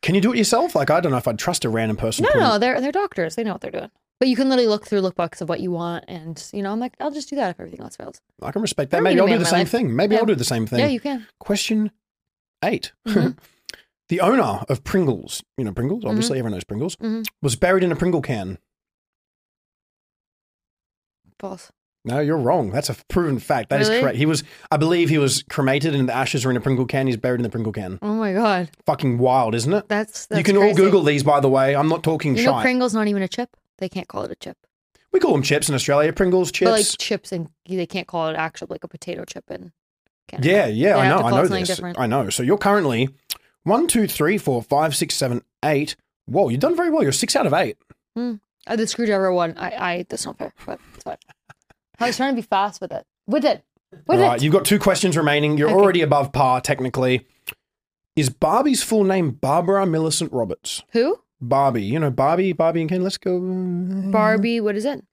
Speaker 2: Can you do it yourself? Like, I don't know if I'd trust a random person.
Speaker 1: no,
Speaker 2: putting-
Speaker 1: no, they're they're doctors. They know what they're doing. But you can literally look through lookbooks of what you want, and you know, I'm like, I'll just do that if everything else fails.
Speaker 2: I can respect that.
Speaker 1: I'm
Speaker 2: Maybe
Speaker 1: gonna
Speaker 2: I'll
Speaker 1: be
Speaker 2: do
Speaker 1: in
Speaker 2: the
Speaker 1: my
Speaker 2: same
Speaker 1: life.
Speaker 2: thing. Maybe
Speaker 1: Yeah.
Speaker 2: I'll do the same thing.
Speaker 1: Yeah, you can.
Speaker 2: Question 8
Speaker 1: Mm-hmm.
Speaker 2: <laughs> the owner of Pringles, you know Pringles, obviously everyone knows Pringles,
Speaker 1: Mhm.
Speaker 2: was buried in a Pringle can.
Speaker 1: False.
Speaker 2: No, you're wrong. That's a proven fact. That is
Speaker 1: Really?
Speaker 2: correct. He was, I believe, he was cremated, and the ashes are in a Pringle can. He's buried in the Pringle can.
Speaker 1: Oh my god,
Speaker 2: Fucking wild, isn't it?
Speaker 1: that's, that's
Speaker 2: you can all
Speaker 1: crazy.
Speaker 2: Google these, by the way. I'm not talking
Speaker 1: You
Speaker 2: shy.
Speaker 1: know, Pringles not even a chip. They can't call it a chip.
Speaker 2: we call them chips in Australia. Pringles chips.
Speaker 1: But like chips, and they can't call it actual like a potato chip in Canada.
Speaker 2: yeah, yeah,
Speaker 1: They
Speaker 2: I
Speaker 1: have
Speaker 2: know.
Speaker 1: to
Speaker 2: I
Speaker 1: call it
Speaker 2: know
Speaker 1: something
Speaker 2: this.
Speaker 1: different.
Speaker 2: I know. So you're currently one, two, three, four, five, six, seven, eight. Whoa, you've done very well. You're six out of eight.
Speaker 1: Uh, the screwdriver one, I, I that's not fair, but it's fine. I was trying to be fast with it. With it. With
Speaker 2: All right,
Speaker 1: it.
Speaker 2: you've got two questions remaining. You're
Speaker 1: Okay.
Speaker 2: already above par, technically. Is Barbie's full name Barbara Millicent Roberts?
Speaker 1: Who?
Speaker 2: Barbie, you know Barbie, Barbie and Ken. Let's go.
Speaker 1: Barbie. What is it?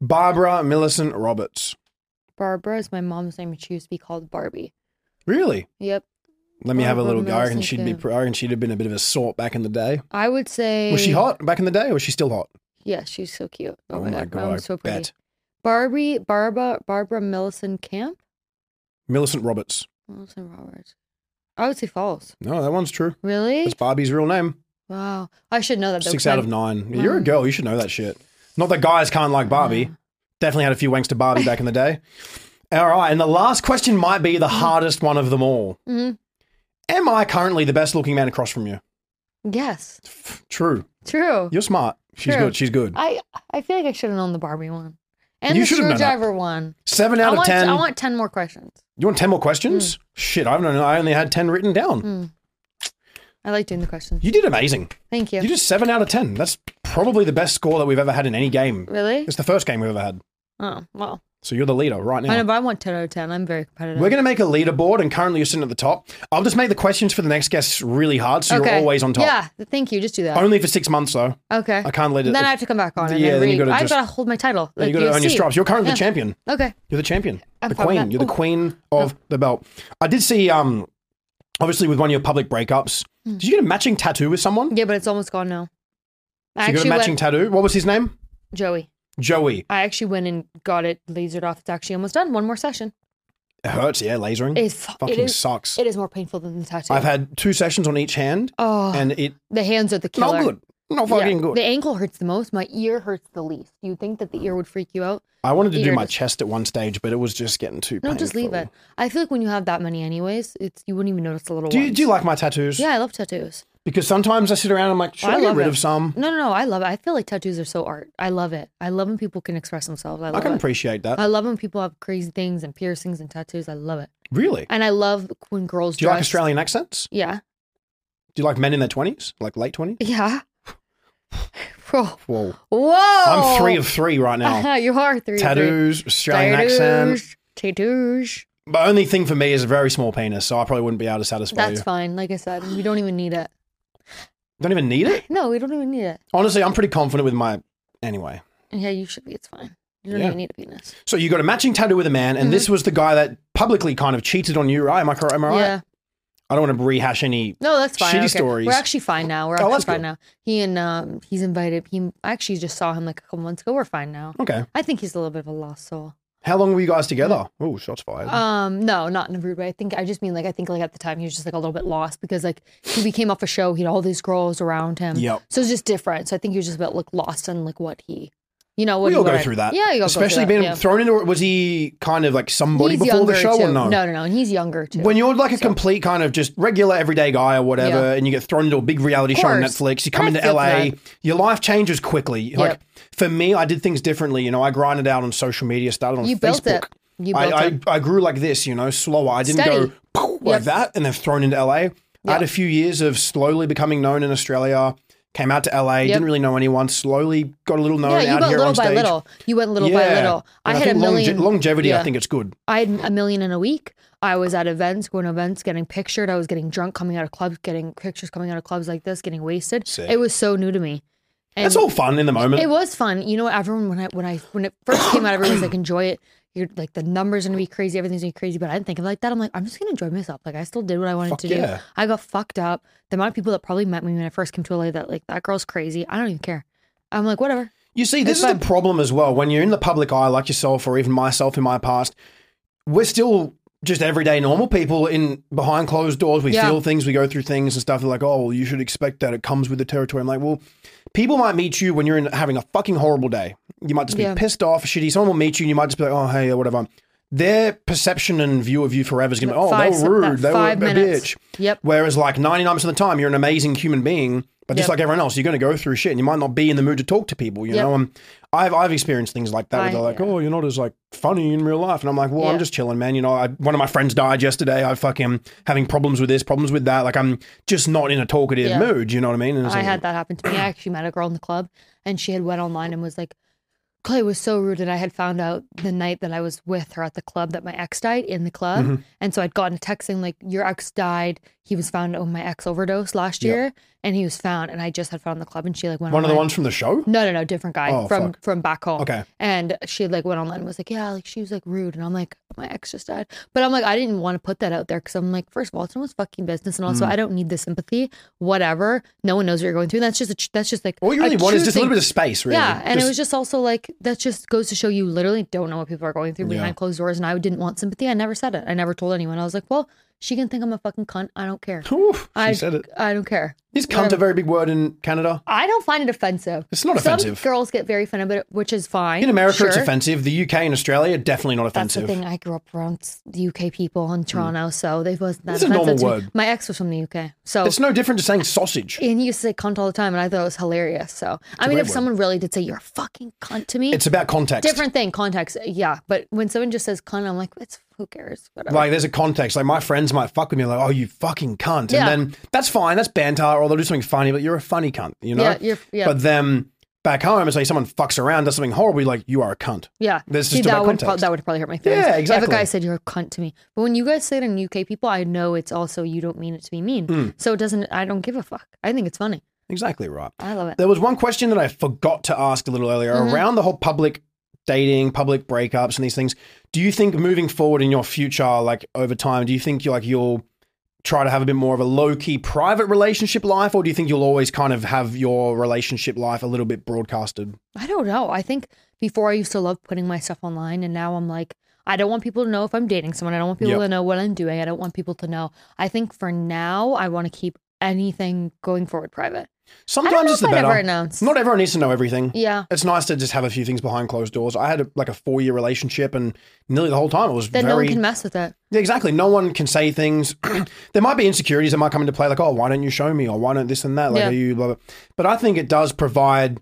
Speaker 2: Barbara Millicent Roberts.
Speaker 1: Barbara is my mom's name, and she used to be called Barbie.
Speaker 2: Really?
Speaker 1: Yep.
Speaker 2: Let me have a
Speaker 1: Barbara
Speaker 2: little go. I reckon
Speaker 1: Millicent
Speaker 2: she'd be.
Speaker 1: Ken.
Speaker 2: I reckon she'd have been a bit of a sort back in the day.
Speaker 1: I would say.
Speaker 2: Was she hot back in the day, or was she still hot?
Speaker 1: Yeah, she's so cute. Oh, my god,
Speaker 2: I
Speaker 1: mom's so pretty.
Speaker 2: bet.
Speaker 1: Barbie, Barbara, Barbara Millicent Camp,
Speaker 2: Millicent Roberts.
Speaker 1: Millicent Roberts. I would say false.
Speaker 2: No, that one's true.
Speaker 1: Really?
Speaker 2: That's Barbie's real name.
Speaker 1: Wow. I should know that. Though,
Speaker 2: Six
Speaker 1: 'cause
Speaker 2: out of
Speaker 1: I'm-
Speaker 2: nine. You're a
Speaker 1: Mm.
Speaker 2: girl. You should know that shit. Not that guys can't like Barbie.
Speaker 1: Mm.
Speaker 2: Definitely had a few wanks to Barbie back in the day. All right. And the last question might be the hardest one of them all.
Speaker 1: Mhm.
Speaker 2: Am I currently the best looking man across from you?
Speaker 1: Yes.
Speaker 2: True.
Speaker 1: True.
Speaker 2: You're smart. She's
Speaker 1: True.
Speaker 2: good. She's good.
Speaker 1: I I feel like I should have known the Barbie one and
Speaker 2: You
Speaker 1: the
Speaker 2: should have known that.
Speaker 1: screwdriver one.
Speaker 2: Seven
Speaker 1: I
Speaker 2: out of
Speaker 1: want,
Speaker 2: ten.
Speaker 1: I want Hmm. 10 more questions.
Speaker 2: you want ten more questions? Shit, I don't know. I only had ten written down.
Speaker 1: Hmm. I like doing the questions.
Speaker 2: You did amazing.
Speaker 1: Thank you.
Speaker 2: You did seven out of ten. That's probably the best score that we've ever had in any game.
Speaker 1: really?
Speaker 2: It's the first game we've ever had.
Speaker 1: Oh, well.
Speaker 2: So you're the leader right now.
Speaker 1: I know, but I want 10 out of 10. I'm very competitive.
Speaker 2: We're going to make a leaderboard, and currently you're sitting at the top. I'll just make the questions for the next guest really hard, so you're always on top.
Speaker 1: Yeah, th- thank you. Just do that.
Speaker 2: Only for six months, though.
Speaker 1: okay.
Speaker 2: I can't let it.
Speaker 1: then I have to come back on. And
Speaker 2: Yeah,
Speaker 1: then
Speaker 2: then you
Speaker 1: read.
Speaker 2: gotta
Speaker 1: I've
Speaker 2: just-
Speaker 1: got to hold my title.
Speaker 2: you
Speaker 1: like
Speaker 2: got to earn your
Speaker 1: UFC.
Speaker 2: straps. You're currently
Speaker 1: Yeah.
Speaker 2: the champion.
Speaker 1: Okay.
Speaker 2: You're the champion.
Speaker 1: I'm
Speaker 2: the
Speaker 1: fine with
Speaker 2: queen.
Speaker 1: that.
Speaker 2: You're the
Speaker 1: Ooh.
Speaker 2: queen of the belt. I did see, um, obviously, with one of your public breakups,
Speaker 1: Hmm.
Speaker 2: did you get a matching tattoo with someone?
Speaker 1: Yeah, but it's almost gone now. I
Speaker 2: So you got a
Speaker 1: actually
Speaker 2: matching
Speaker 1: went,
Speaker 2: tattoo. What was his name?
Speaker 1: Joey.
Speaker 2: Joey.
Speaker 1: I actually went and got it lasered off. It's actually almost done. One more session.
Speaker 2: It hurts, yeah, lasering.
Speaker 1: It's fucking it
Speaker 2: Fucking
Speaker 1: is,
Speaker 2: sucks.
Speaker 1: it is more painful than the tattoo.
Speaker 2: I've had two sessions on each hand,
Speaker 1: oh,
Speaker 2: and it
Speaker 1: the hands are the killer.
Speaker 2: not good. Not fucking
Speaker 1: Yeah.
Speaker 2: good.
Speaker 1: The ankle hurts the most. My ear hurts the least. You'd think that the ear would freak you out.
Speaker 2: I wanted to do
Speaker 1: Peter
Speaker 2: my
Speaker 1: just-
Speaker 2: chest at one stage, but it was just getting too
Speaker 1: No,
Speaker 2: painful.
Speaker 1: just leave it. I feel like when you have that many, anyways, it's you wouldn't even notice the little
Speaker 2: Do you,
Speaker 1: ones.
Speaker 2: do you like my tattoos?
Speaker 1: yeah, I love tattoos.
Speaker 2: Because sometimes I sit around and I'm like, should
Speaker 1: I
Speaker 2: I, get
Speaker 1: love
Speaker 2: rid
Speaker 1: it.
Speaker 2: of some?
Speaker 1: No, no, no. I love it. I feel like tattoos are so art. I love it. I love when people can express themselves. I
Speaker 2: I
Speaker 1: love
Speaker 2: can
Speaker 1: it.
Speaker 2: appreciate that.
Speaker 1: I love when people have crazy things and piercings and tattoos. I love it.
Speaker 2: really?
Speaker 1: And I love when girls
Speaker 2: Do you like
Speaker 1: dress-
Speaker 2: Australian accents?
Speaker 1: Yeah.
Speaker 2: Do you like men in their 20s? Like late 20s? <sighs>
Speaker 1: Yeah. Bro.
Speaker 2: Whoa.
Speaker 1: Whoa.
Speaker 2: I'm three of three right now.
Speaker 1: you are Oh. <laughs> three. of three.
Speaker 2: Tattoos, Australian accent.
Speaker 1: Tattoos. Tattoos.
Speaker 2: The only thing for me is a very small penis, so I probably wouldn't be able to satisfy
Speaker 1: That's
Speaker 2: you.
Speaker 1: fine. Like I said, we don't even need it.
Speaker 2: Don't even need it.
Speaker 1: No, we don't even need it.
Speaker 2: Honestly, I'm pretty confident with my. Anyway.
Speaker 1: Yeah, you should be. It's fine. You don't
Speaker 2: Yeah.
Speaker 1: even need a penis.
Speaker 2: So you got a matching tattoo with a man, and
Speaker 1: Mm-hmm.
Speaker 2: this was the guy that publicly kind of cheated on you, right? Am I correct? Am I right?
Speaker 1: Yeah.
Speaker 2: I don't want to rehash any.
Speaker 1: No, that's fine.
Speaker 2: Shitty
Speaker 1: okay.
Speaker 2: stories.
Speaker 1: We're actually fine now. We're
Speaker 2: Oh,
Speaker 1: actually
Speaker 2: that's
Speaker 1: fine
Speaker 2: good.
Speaker 1: now. He and um, he's invited. He I actually just saw him like a couple months ago. We're fine now.
Speaker 2: Okay.
Speaker 1: I think he's a little bit of a lost soul.
Speaker 2: How long were you guys together?
Speaker 1: Mm-hmm.
Speaker 2: Oh, shots fired.
Speaker 1: Um, no, not in a rude way. I think I just mean like I think like at the time he was just like a little bit lost because like he we came off a show. He had all these girls around him.
Speaker 2: Yep.
Speaker 1: So it's just different. So I think he was just a bit like lost in like what he, you know, what
Speaker 2: we
Speaker 1: he
Speaker 2: all go
Speaker 1: wanted.
Speaker 2: through that.
Speaker 1: Yeah, you all go through
Speaker 2: Especially
Speaker 1: that,
Speaker 2: being
Speaker 1: yeah.
Speaker 2: thrown into it. Was he kind of like somebody
Speaker 1: He's
Speaker 2: before the
Speaker 1: younger,
Speaker 2: show
Speaker 1: too.
Speaker 2: or no?
Speaker 1: No, no, no. And he's younger too.
Speaker 2: When you're like a complete kind of just regular everyday guy or whatever,
Speaker 1: Yeah.
Speaker 2: and you get thrown into a big reality
Speaker 1: Of
Speaker 2: show on
Speaker 1: course.
Speaker 2: Netflix, you come
Speaker 1: I
Speaker 2: into
Speaker 1: feel
Speaker 2: LA,
Speaker 1: that.
Speaker 2: your life changes quickly. Like for me, I did things differently. You know, I grinded out on social media, started on
Speaker 1: you
Speaker 2: Facebook.
Speaker 1: built it. You built
Speaker 2: I,
Speaker 1: it.
Speaker 2: I, I grew like this, you know, slower. I didn't
Speaker 1: Steady.
Speaker 2: go "Pow," like
Speaker 1: Yep.
Speaker 2: that and then thrown into LA. I had a few years of slowly becoming known in Australia. Came out to LA, didn't really know anyone. Slowly got a little known
Speaker 1: yeah, you
Speaker 2: out
Speaker 1: went
Speaker 2: here
Speaker 1: little
Speaker 2: on
Speaker 1: by
Speaker 2: stage.
Speaker 1: little. You went little by
Speaker 2: Yeah.
Speaker 1: little. I
Speaker 2: And
Speaker 1: had a
Speaker 2: think longe-
Speaker 1: million.
Speaker 2: longevity. I
Speaker 1: yeah.
Speaker 2: think it's good.
Speaker 1: I had a million in a week. I was at events, going to events, getting pictured. I was getting drunk, coming out of clubs, getting pictures coming out of clubs like this, getting wasted.
Speaker 2: Sick.
Speaker 1: It was so new to me. And
Speaker 2: It's all fun in the moment.
Speaker 1: It was fun. You know, what, everyone when I when I when it first came out, everyone was like, "Enjoy it." You're like the numbers are gonna be crazy, everything's gonna be crazy. But I didn't think of it like that. I'm like, I'm just gonna enjoy myself. Like I still did what I wanted
Speaker 2: Fuck
Speaker 1: to
Speaker 2: yeah.
Speaker 1: do. I got fucked up. The amount of people that probably met me when I first came to LA that like that girl's crazy. I don't even care. I'm like, whatever.
Speaker 2: You see,
Speaker 1: It's
Speaker 2: this is
Speaker 1: fun.
Speaker 2: the problem as well. When you're in the public eye, like yourself or even myself in my past, we're still just everyday normal people in behind closed doors. We
Speaker 1: Yeah.
Speaker 2: feel things, we go through things and stuff. They're like, oh, well, you should expect that. It comes with the territory. I'm like, well, people might meet you when you're in, having a fucking horrible day. You might just be
Speaker 1: Yeah.
Speaker 2: pissed off, shitty. Someone will meet you and you might just be like, oh, hey, or whatever. Their perception and view of you forever is going to be, oh,
Speaker 1: Five-
Speaker 2: they were
Speaker 1: that
Speaker 2: rude. They were a
Speaker 1: five minutes.
Speaker 2: bitch.
Speaker 1: Yep.
Speaker 2: Whereas, like 99% of the time, you're an amazing human being, but just
Speaker 1: Yep.
Speaker 2: like everyone else, you're going to go through shit and you might not be in the mood to talk to people, you
Speaker 1: Yep.
Speaker 2: know? And I've, I've experienced things like that where
Speaker 1: I-
Speaker 2: they're like,
Speaker 1: yeah.
Speaker 2: oh, you're not as like funny in real life. And I'm like, well, I'm
Speaker 1: Yeah.
Speaker 2: just chilling, man. You know, I, one of my friends died yesterday. I fucking having problems with this, problems with that. Like, I'm just not in a talkative
Speaker 1: Yeah.
Speaker 2: mood, you know what I mean? And it's
Speaker 1: I
Speaker 2: like,
Speaker 1: had that happen to me. I actually met a girl in the club and she had went online and was like, Clay was so rude. And I had found out the night that I was with her at the club that my ex died in the club.
Speaker 2: Mm-hmm.
Speaker 1: And so I'd gotten texting like, your ex died. He was found oh my ex overdose last
Speaker 2: Yeah.
Speaker 1: year and he was found and I just had found the club and she like went
Speaker 2: one of the
Speaker 1: online-
Speaker 2: ones from the show?
Speaker 1: no, no, no, different guy
Speaker 2: Oh,
Speaker 1: from
Speaker 2: fuck.
Speaker 1: from back home.
Speaker 2: Okay.
Speaker 1: And she like went online and was like, yeah, like she was like rude, and I'm like, my ex just died, but I'm like, I didn't want to put that out there because I'm like, first of all, it's no one's fucking business, and also
Speaker 2: Mm.
Speaker 1: I don't need the sympathy. Whatever, no one knows what you're going through. That's just a, ch- that's just like
Speaker 2: All you
Speaker 1: a
Speaker 2: really want is
Speaker 1: true
Speaker 2: just a
Speaker 1: thing.
Speaker 2: little bit of space, really.
Speaker 1: Yeah, and it
Speaker 2: <laughs> Just-
Speaker 1: was just also like that just goes to show you literally don't know what people are going through
Speaker 2: Yeah.
Speaker 1: behind closed doors. And I didn't want sympathy. I never said it. I never told anyone. I was like, well, she can think I'm a fucking cunt. I don't care.
Speaker 2: Oof, <laughs> she
Speaker 1: I
Speaker 2: said it.
Speaker 1: I don't care.
Speaker 2: Is cunt a very big word in Canada?
Speaker 1: I don't find it offensive.
Speaker 2: It's not
Speaker 1: Some
Speaker 2: offensive.
Speaker 1: girls get very offended, but- which is fine.
Speaker 2: In America, it's
Speaker 1: sure.
Speaker 2: offensive. The UK and Australia, definitely not
Speaker 1: That's
Speaker 2: offensive.
Speaker 1: the thing. I grew up around s- the UK people in Toronto, so they wasn't that
Speaker 2: Hmm. It's a
Speaker 1: offensive
Speaker 2: normal
Speaker 1: to me.
Speaker 2: word.
Speaker 1: My ex was from the UK, so
Speaker 2: It's no different to saying sausage.
Speaker 1: and he used to say cunt all the time, and I thought it was hilarious. So I mean,
Speaker 2: great
Speaker 1: if
Speaker 2: word.
Speaker 1: someone really did say you're a fucking cunt to me,
Speaker 2: It's about context.
Speaker 1: different thing, context, yeah. But when someone just says cunt, I'm like, it's who cares, whatever.
Speaker 2: Like, there's a context. Like, my friends might fuck with me, like, oh, you fucking cunt.
Speaker 1: Yeah.
Speaker 2: And then that's fine. That's banter, or they'll do something funny, but you're a funny cunt, you know?
Speaker 1: Yeah, you're- yeah.
Speaker 2: But then back home, it's like someone fucks around, does something horrible, you're like, you are a cunt.
Speaker 1: yeah,
Speaker 2: This is
Speaker 1: See,
Speaker 2: just
Speaker 1: that
Speaker 2: about
Speaker 1: would pro-
Speaker 2: context.
Speaker 1: that would probably hurt my feelings.
Speaker 2: Yeah,
Speaker 1: If
Speaker 2: exactly.
Speaker 1: a guy said you're a cunt to me, but when you guys say it in UK people, I know it's also you don't mean it to be mean,
Speaker 2: Hmm.
Speaker 1: so it doesn't. I don't give a fuck. I think it's funny.
Speaker 2: Exactly right.
Speaker 1: I love it.
Speaker 2: There was one question that I forgot to ask a little earlier
Speaker 1: Mm-hmm.
Speaker 2: around the whole public dating, public breakups, and these things. Do you think moving forward in your future, like over time, do you think you like you'll try to have a bit more of a low key private relationship life, or do you think you'll always kind of have your relationship life a little bit broadcasted?
Speaker 1: I don't know. I think before I used to love putting my stuff online, and now I'm like, I don't want people to know if I'm dating someone. I don't want people
Speaker 2: Yep.
Speaker 1: to know what I'm doing. I don't want people to know. I think for now, I want to keep anything going forward private. I don't
Speaker 2: Sometimes
Speaker 1: know if
Speaker 2: it's the
Speaker 1: I'd
Speaker 2: better.
Speaker 1: ever announce.
Speaker 2: Not everyone needs to know everything.
Speaker 1: Yeah.
Speaker 2: It's nice to just have a few things behind closed doors. I had a, like a four year relationship, and nearly the whole time it was
Speaker 1: Then
Speaker 2: very
Speaker 1: no one can mess with it.
Speaker 2: Yeah, exactly. No one can say things. <clears throat> there might be insecurities that might come into play, like, oh, why don't you show me? Or why don't this and that? Like,
Speaker 1: Yeah.
Speaker 2: are you blah, blah. But I think it does provide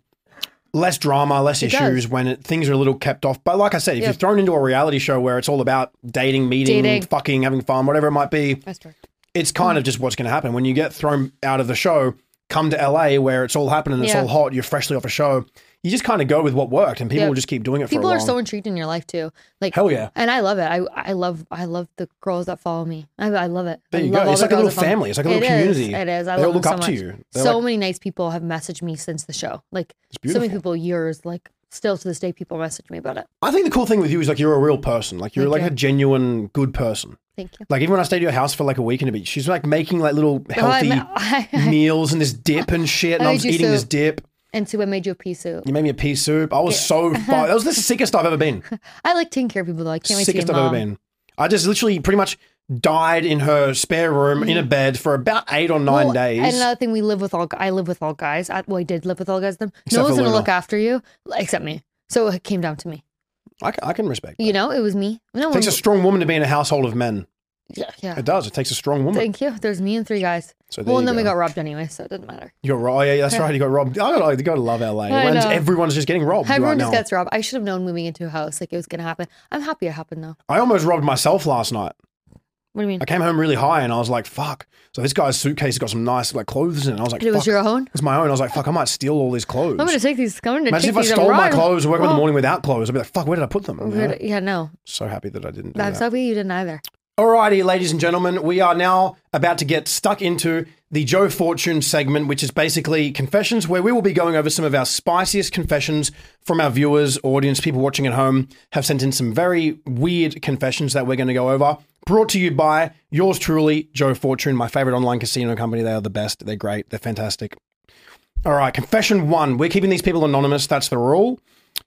Speaker 2: less drama, less
Speaker 1: It
Speaker 2: issues when it, things are a little kept off. But like I said, if
Speaker 1: Yeah.
Speaker 2: you're thrown into a reality show where it's all about dating, meeting,
Speaker 1: Dating.
Speaker 2: fucking, having fun, whatever it might be,
Speaker 1: That's true.
Speaker 2: it's kind of just what's going to happen. When you get thrown out of the show, come to LA where it's all happening, it's
Speaker 1: Yeah.
Speaker 2: all hot, you're freshly off a show, you just kind of go with what worked and people
Speaker 1: Yeah.
Speaker 2: will just keep doing it
Speaker 1: People
Speaker 2: for a
Speaker 1: are
Speaker 2: while.
Speaker 1: so intrigued in your life too. Like
Speaker 2: Hell yeah.
Speaker 1: And I love it. I I love I love the girls that follow me. I, I love it.
Speaker 2: There
Speaker 1: I
Speaker 2: you
Speaker 1: love
Speaker 2: go.
Speaker 1: all
Speaker 2: It's
Speaker 1: the
Speaker 2: like a
Speaker 1: girls
Speaker 2: little
Speaker 1: that follow-
Speaker 2: family. It's like a little
Speaker 1: It is.
Speaker 2: community.
Speaker 1: It is. I
Speaker 2: They all
Speaker 1: love them
Speaker 2: look
Speaker 1: so
Speaker 2: up to
Speaker 1: much.
Speaker 2: you. They're
Speaker 1: so
Speaker 2: like-
Speaker 1: many nice people have messaged me since the show. Like so many
Speaker 2: beautiful.
Speaker 1: people years like still to this day people message me about it.
Speaker 2: I think the cool thing with you is like you're a real person. Like you're
Speaker 1: Thank
Speaker 2: like
Speaker 1: you.
Speaker 2: a genuine good person.
Speaker 1: Thank you.
Speaker 2: Like even when I stayed at your house for like a week and a bit, she's like making like little
Speaker 1: Oh, I
Speaker 2: healthy
Speaker 1: ma- <laughs> I- I-
Speaker 2: meals and this dip and shit.
Speaker 1: I
Speaker 2: And I
Speaker 1: made
Speaker 2: was
Speaker 1: you
Speaker 2: eating this
Speaker 1: soup.
Speaker 2: dip.
Speaker 1: and Sue, I made you a pea soup.
Speaker 2: You made me a pea soup. I was
Speaker 1: <laughs>
Speaker 2: so far. That was the sickest I've ever been.
Speaker 1: I like taking care of people though. I can't wait
Speaker 2: sickest
Speaker 1: to
Speaker 2: I've
Speaker 1: be a mom.
Speaker 2: ever been. I just literally pretty much died in her spare room in a bed for about eight or
Speaker 1: Mm-hmm.
Speaker 2: nine
Speaker 1: Well,
Speaker 2: days.
Speaker 1: And another thing, we live with all. I live with all guys. I, well, I did live with all guys. Then
Speaker 2: Except
Speaker 1: no one's
Speaker 2: for
Speaker 1: gonna
Speaker 2: Luna.
Speaker 1: look after you except me. So it came down to me.
Speaker 2: I, ca- I can respect. It
Speaker 1: You know, it was me. No one.
Speaker 2: takes a strong woman to be in a household of men.
Speaker 1: yeah, yeah.
Speaker 2: It does. It takes a strong woman.
Speaker 1: Thank you. There's me and three guys.
Speaker 2: So there
Speaker 1: well,
Speaker 2: you
Speaker 1: and then we
Speaker 2: go.
Speaker 1: got robbed anyway, so it doesn't matter.
Speaker 2: You're right. Oh, yeah, that's right. You got robbed. I gotta, I gotta love LA.
Speaker 1: I
Speaker 2: When
Speaker 1: know.
Speaker 2: everyone's just getting robbed.
Speaker 1: Everyone
Speaker 2: right
Speaker 1: just
Speaker 2: now.
Speaker 1: gets robbed. I should have known moving into a house like it was gonna happen. I'm happy it happened though.
Speaker 2: I almost robbed myself last night.
Speaker 1: What do you mean?
Speaker 2: I came home really high and I was like, fuck. So this guy's suitcase has got some nice like clothes in it. I was like,
Speaker 1: it was
Speaker 2: fuck.
Speaker 1: your own.
Speaker 2: it's my own. I was like, fuck, I might steal all these clothes.
Speaker 1: I'm gonna take these. I'm gonna
Speaker 2: Imagine
Speaker 1: take
Speaker 2: if I
Speaker 1: these
Speaker 2: stole
Speaker 1: and
Speaker 2: my
Speaker 1: run.
Speaker 2: clothes and woke up in the
Speaker 1: Well,
Speaker 2: morning without clothes. I'd be like, fuck, where did I put them? You know?
Speaker 1: we're- Yeah, no.
Speaker 2: So happy that I didn't do
Speaker 1: I'm
Speaker 2: that.
Speaker 1: so happy you didn't either.
Speaker 2: Alrighty, ladies and gentlemen, we are now about to get stuck into the Joe Fortune segment, which is basically confessions, where we will be going over some of our spiciest confessions from our viewers, audience, people watching at home have sent in some very weird confessions that we're going to go over. Brought to you by yours truly, Joe Fortune, my favorite online casino company. They are the best. They're great. They're fantastic. All right, confession one. We're keeping these people anonymous. That's the rule.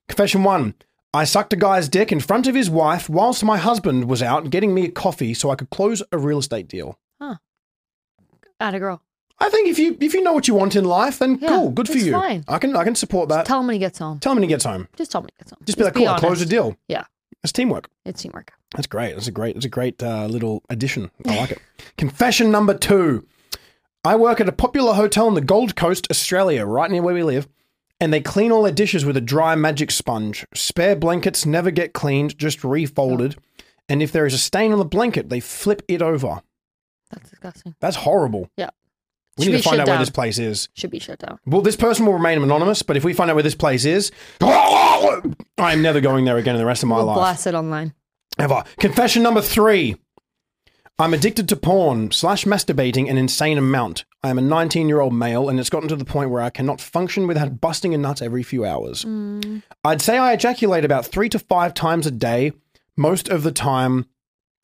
Speaker 2: Confession one. I sucked a guy's dick in front of his wife whilst my husband was out getting me a coffee so I could close a real estate deal.
Speaker 1: At a girl.
Speaker 2: I think if you if you know what you want in life, then
Speaker 1: Yeah,
Speaker 2: cool, good for
Speaker 1: it's
Speaker 2: you.
Speaker 1: fine.
Speaker 2: I can I can support that.
Speaker 1: Tell him when he gets home.
Speaker 2: Tell him when he gets home.
Speaker 1: Just tell him when he gets home.
Speaker 2: Uh, Just be like, cool, I closed a
Speaker 1: honest.
Speaker 2: deal.
Speaker 1: Yeah.
Speaker 2: That's teamwork.
Speaker 1: It's teamwork.
Speaker 2: That's great. That's a great. That's a great uh, little addition. I like it. <laughs> Confession number two. I work at a popular hotel in the Gold Coast, Australia, right near where we live, and they clean all their dishes with a dry magic sponge. Spare blankets never get cleaned, just refolded.
Speaker 1: Oh.
Speaker 2: And if there is a stain on the blanket, they flip it over.
Speaker 1: That's disgusting.
Speaker 2: That's horrible.
Speaker 1: Yeah.
Speaker 2: We
Speaker 1: Should
Speaker 2: need
Speaker 1: be
Speaker 2: to find
Speaker 1: shut
Speaker 2: out where
Speaker 1: down.
Speaker 2: this place is.
Speaker 1: Should be shut down.
Speaker 2: Well, this person will remain anonymous, but if we find out where this place is, <laughs> I am never going there again in the rest of my
Speaker 1: We'll
Speaker 2: life.
Speaker 1: blast it online.
Speaker 2: Ever. Confession number three. I'm addicted to porn slash masturbating an insane amount. I am a 19 year old male, and it's gotten to the point where I cannot function without busting a nut every few hours. I'd say I ejaculate about three to five times a day. Most of the time,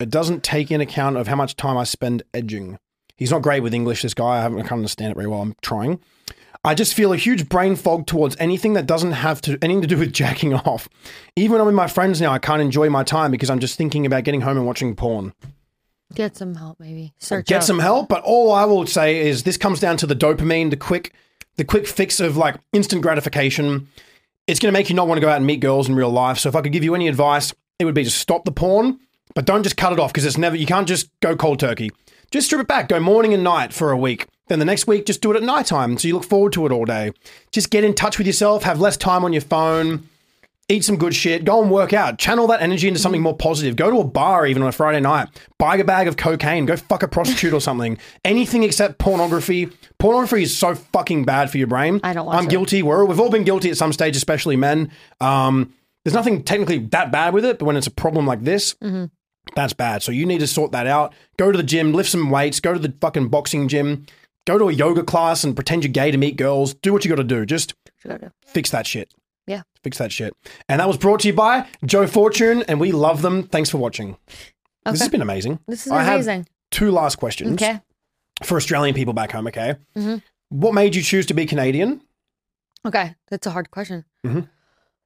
Speaker 2: it doesn't take in account of how much time I spend edging. He's not great with English, this guy. I haven't I can't understand it very well. I'm trying. I just feel a huge brain fog towards anything that doesn't have to anything to do with <laughs> jacking off. Even when I'm with my friends now, I can't enjoy my time because I'm just thinking about getting home and watching porn.
Speaker 1: Get some help, maybe. Search
Speaker 2: Get
Speaker 1: out.
Speaker 2: some help, but all I will say is this comes down to the dopamine, the quick the quick fix of like instant gratification. It's going to make you not want to go out and meet girls in real life. So if I could give you any advice, it would be to stop the porn, but don't just cut it off because it's never you can't just go cold turkey. Just strip it back, go morning and night for a week. Then the next week just do it at nighttime so you look forward to it all day. Just get in touch with yourself, have less time on your phone. Eat some good shit. Go and work out. Channel that energy into
Speaker 1: Mm.
Speaker 2: something more positive. Go to a bar even on a Friday night. Buy a bag of cocaine. Go fuck a prostitute or something. Anything except pornography. Pornography is so fucking bad for your brain.
Speaker 1: I don't watch
Speaker 2: I'm
Speaker 1: it.
Speaker 2: guilty. We're, we've all been guilty at some stage, especially men. Um, there's nothing technically that bad with it, but when it's a problem like this,
Speaker 1: Mm-hmm.
Speaker 2: that's bad. So you need to sort that out. Go to the gym, lift some weights, go to the fucking boxing gym, go to a yoga class and pretend you're gay to meet girls. Do what you got to do. Just fix that shit.
Speaker 1: Yeah.
Speaker 2: Fix that shit. And that was brought to you by Joe Fortune, and we love them. Thanks for watching. This has
Speaker 1: Okay.
Speaker 2: been amazing.
Speaker 1: This is
Speaker 2: I have
Speaker 1: amazing.
Speaker 2: two last questions
Speaker 1: Okay. Mm-hmm.
Speaker 2: for Australian people back home, okay? What made you choose to be Canadian?
Speaker 1: Okay. That's a hard question.
Speaker 2: Mhm.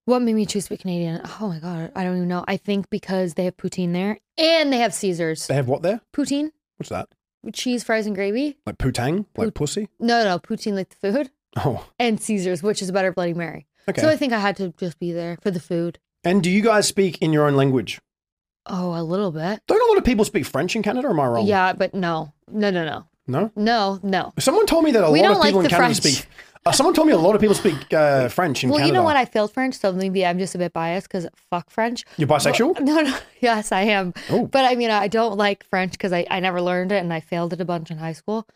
Speaker 1: What made me choose to be Canadian? Oh my God. I don't even know. I think because they have poutine there and they have Caesars.
Speaker 2: They have what there?
Speaker 1: Poutine?
Speaker 2: What's that?
Speaker 1: Cheese, fries, and gravy?
Speaker 2: Like putang? Like pussy?
Speaker 1: No, no, poutine like the food.
Speaker 2: Oh.
Speaker 1: and Caesars, which is a better Bloody Mary.
Speaker 2: Okay.
Speaker 1: So I think I had to just be there for the food.
Speaker 2: and do you guys speak in your own language?
Speaker 1: Oh, a little bit.
Speaker 2: Don't a lot of people speak French in Canada? Or am I wrong?
Speaker 1: Yeah, but no, no, no, no,
Speaker 2: No.
Speaker 1: no, no.
Speaker 2: Someone told me that a
Speaker 1: We
Speaker 2: lot
Speaker 1: don't
Speaker 2: of people
Speaker 1: like
Speaker 2: in
Speaker 1: the
Speaker 2: Canada
Speaker 1: French.
Speaker 2: speak. Uh, someone told me a lot of people speak uh, French in
Speaker 1: Well,
Speaker 2: Canada.
Speaker 1: you know what? I failed French, so maybe I'm just a bit biased because fuck French.
Speaker 2: You're bisexual.
Speaker 1: But- <laughs> no, no. Yes, I am.
Speaker 2: Oh.
Speaker 1: But I mean, I don't like French because I, I never learned it and I failed it a bunch in high school.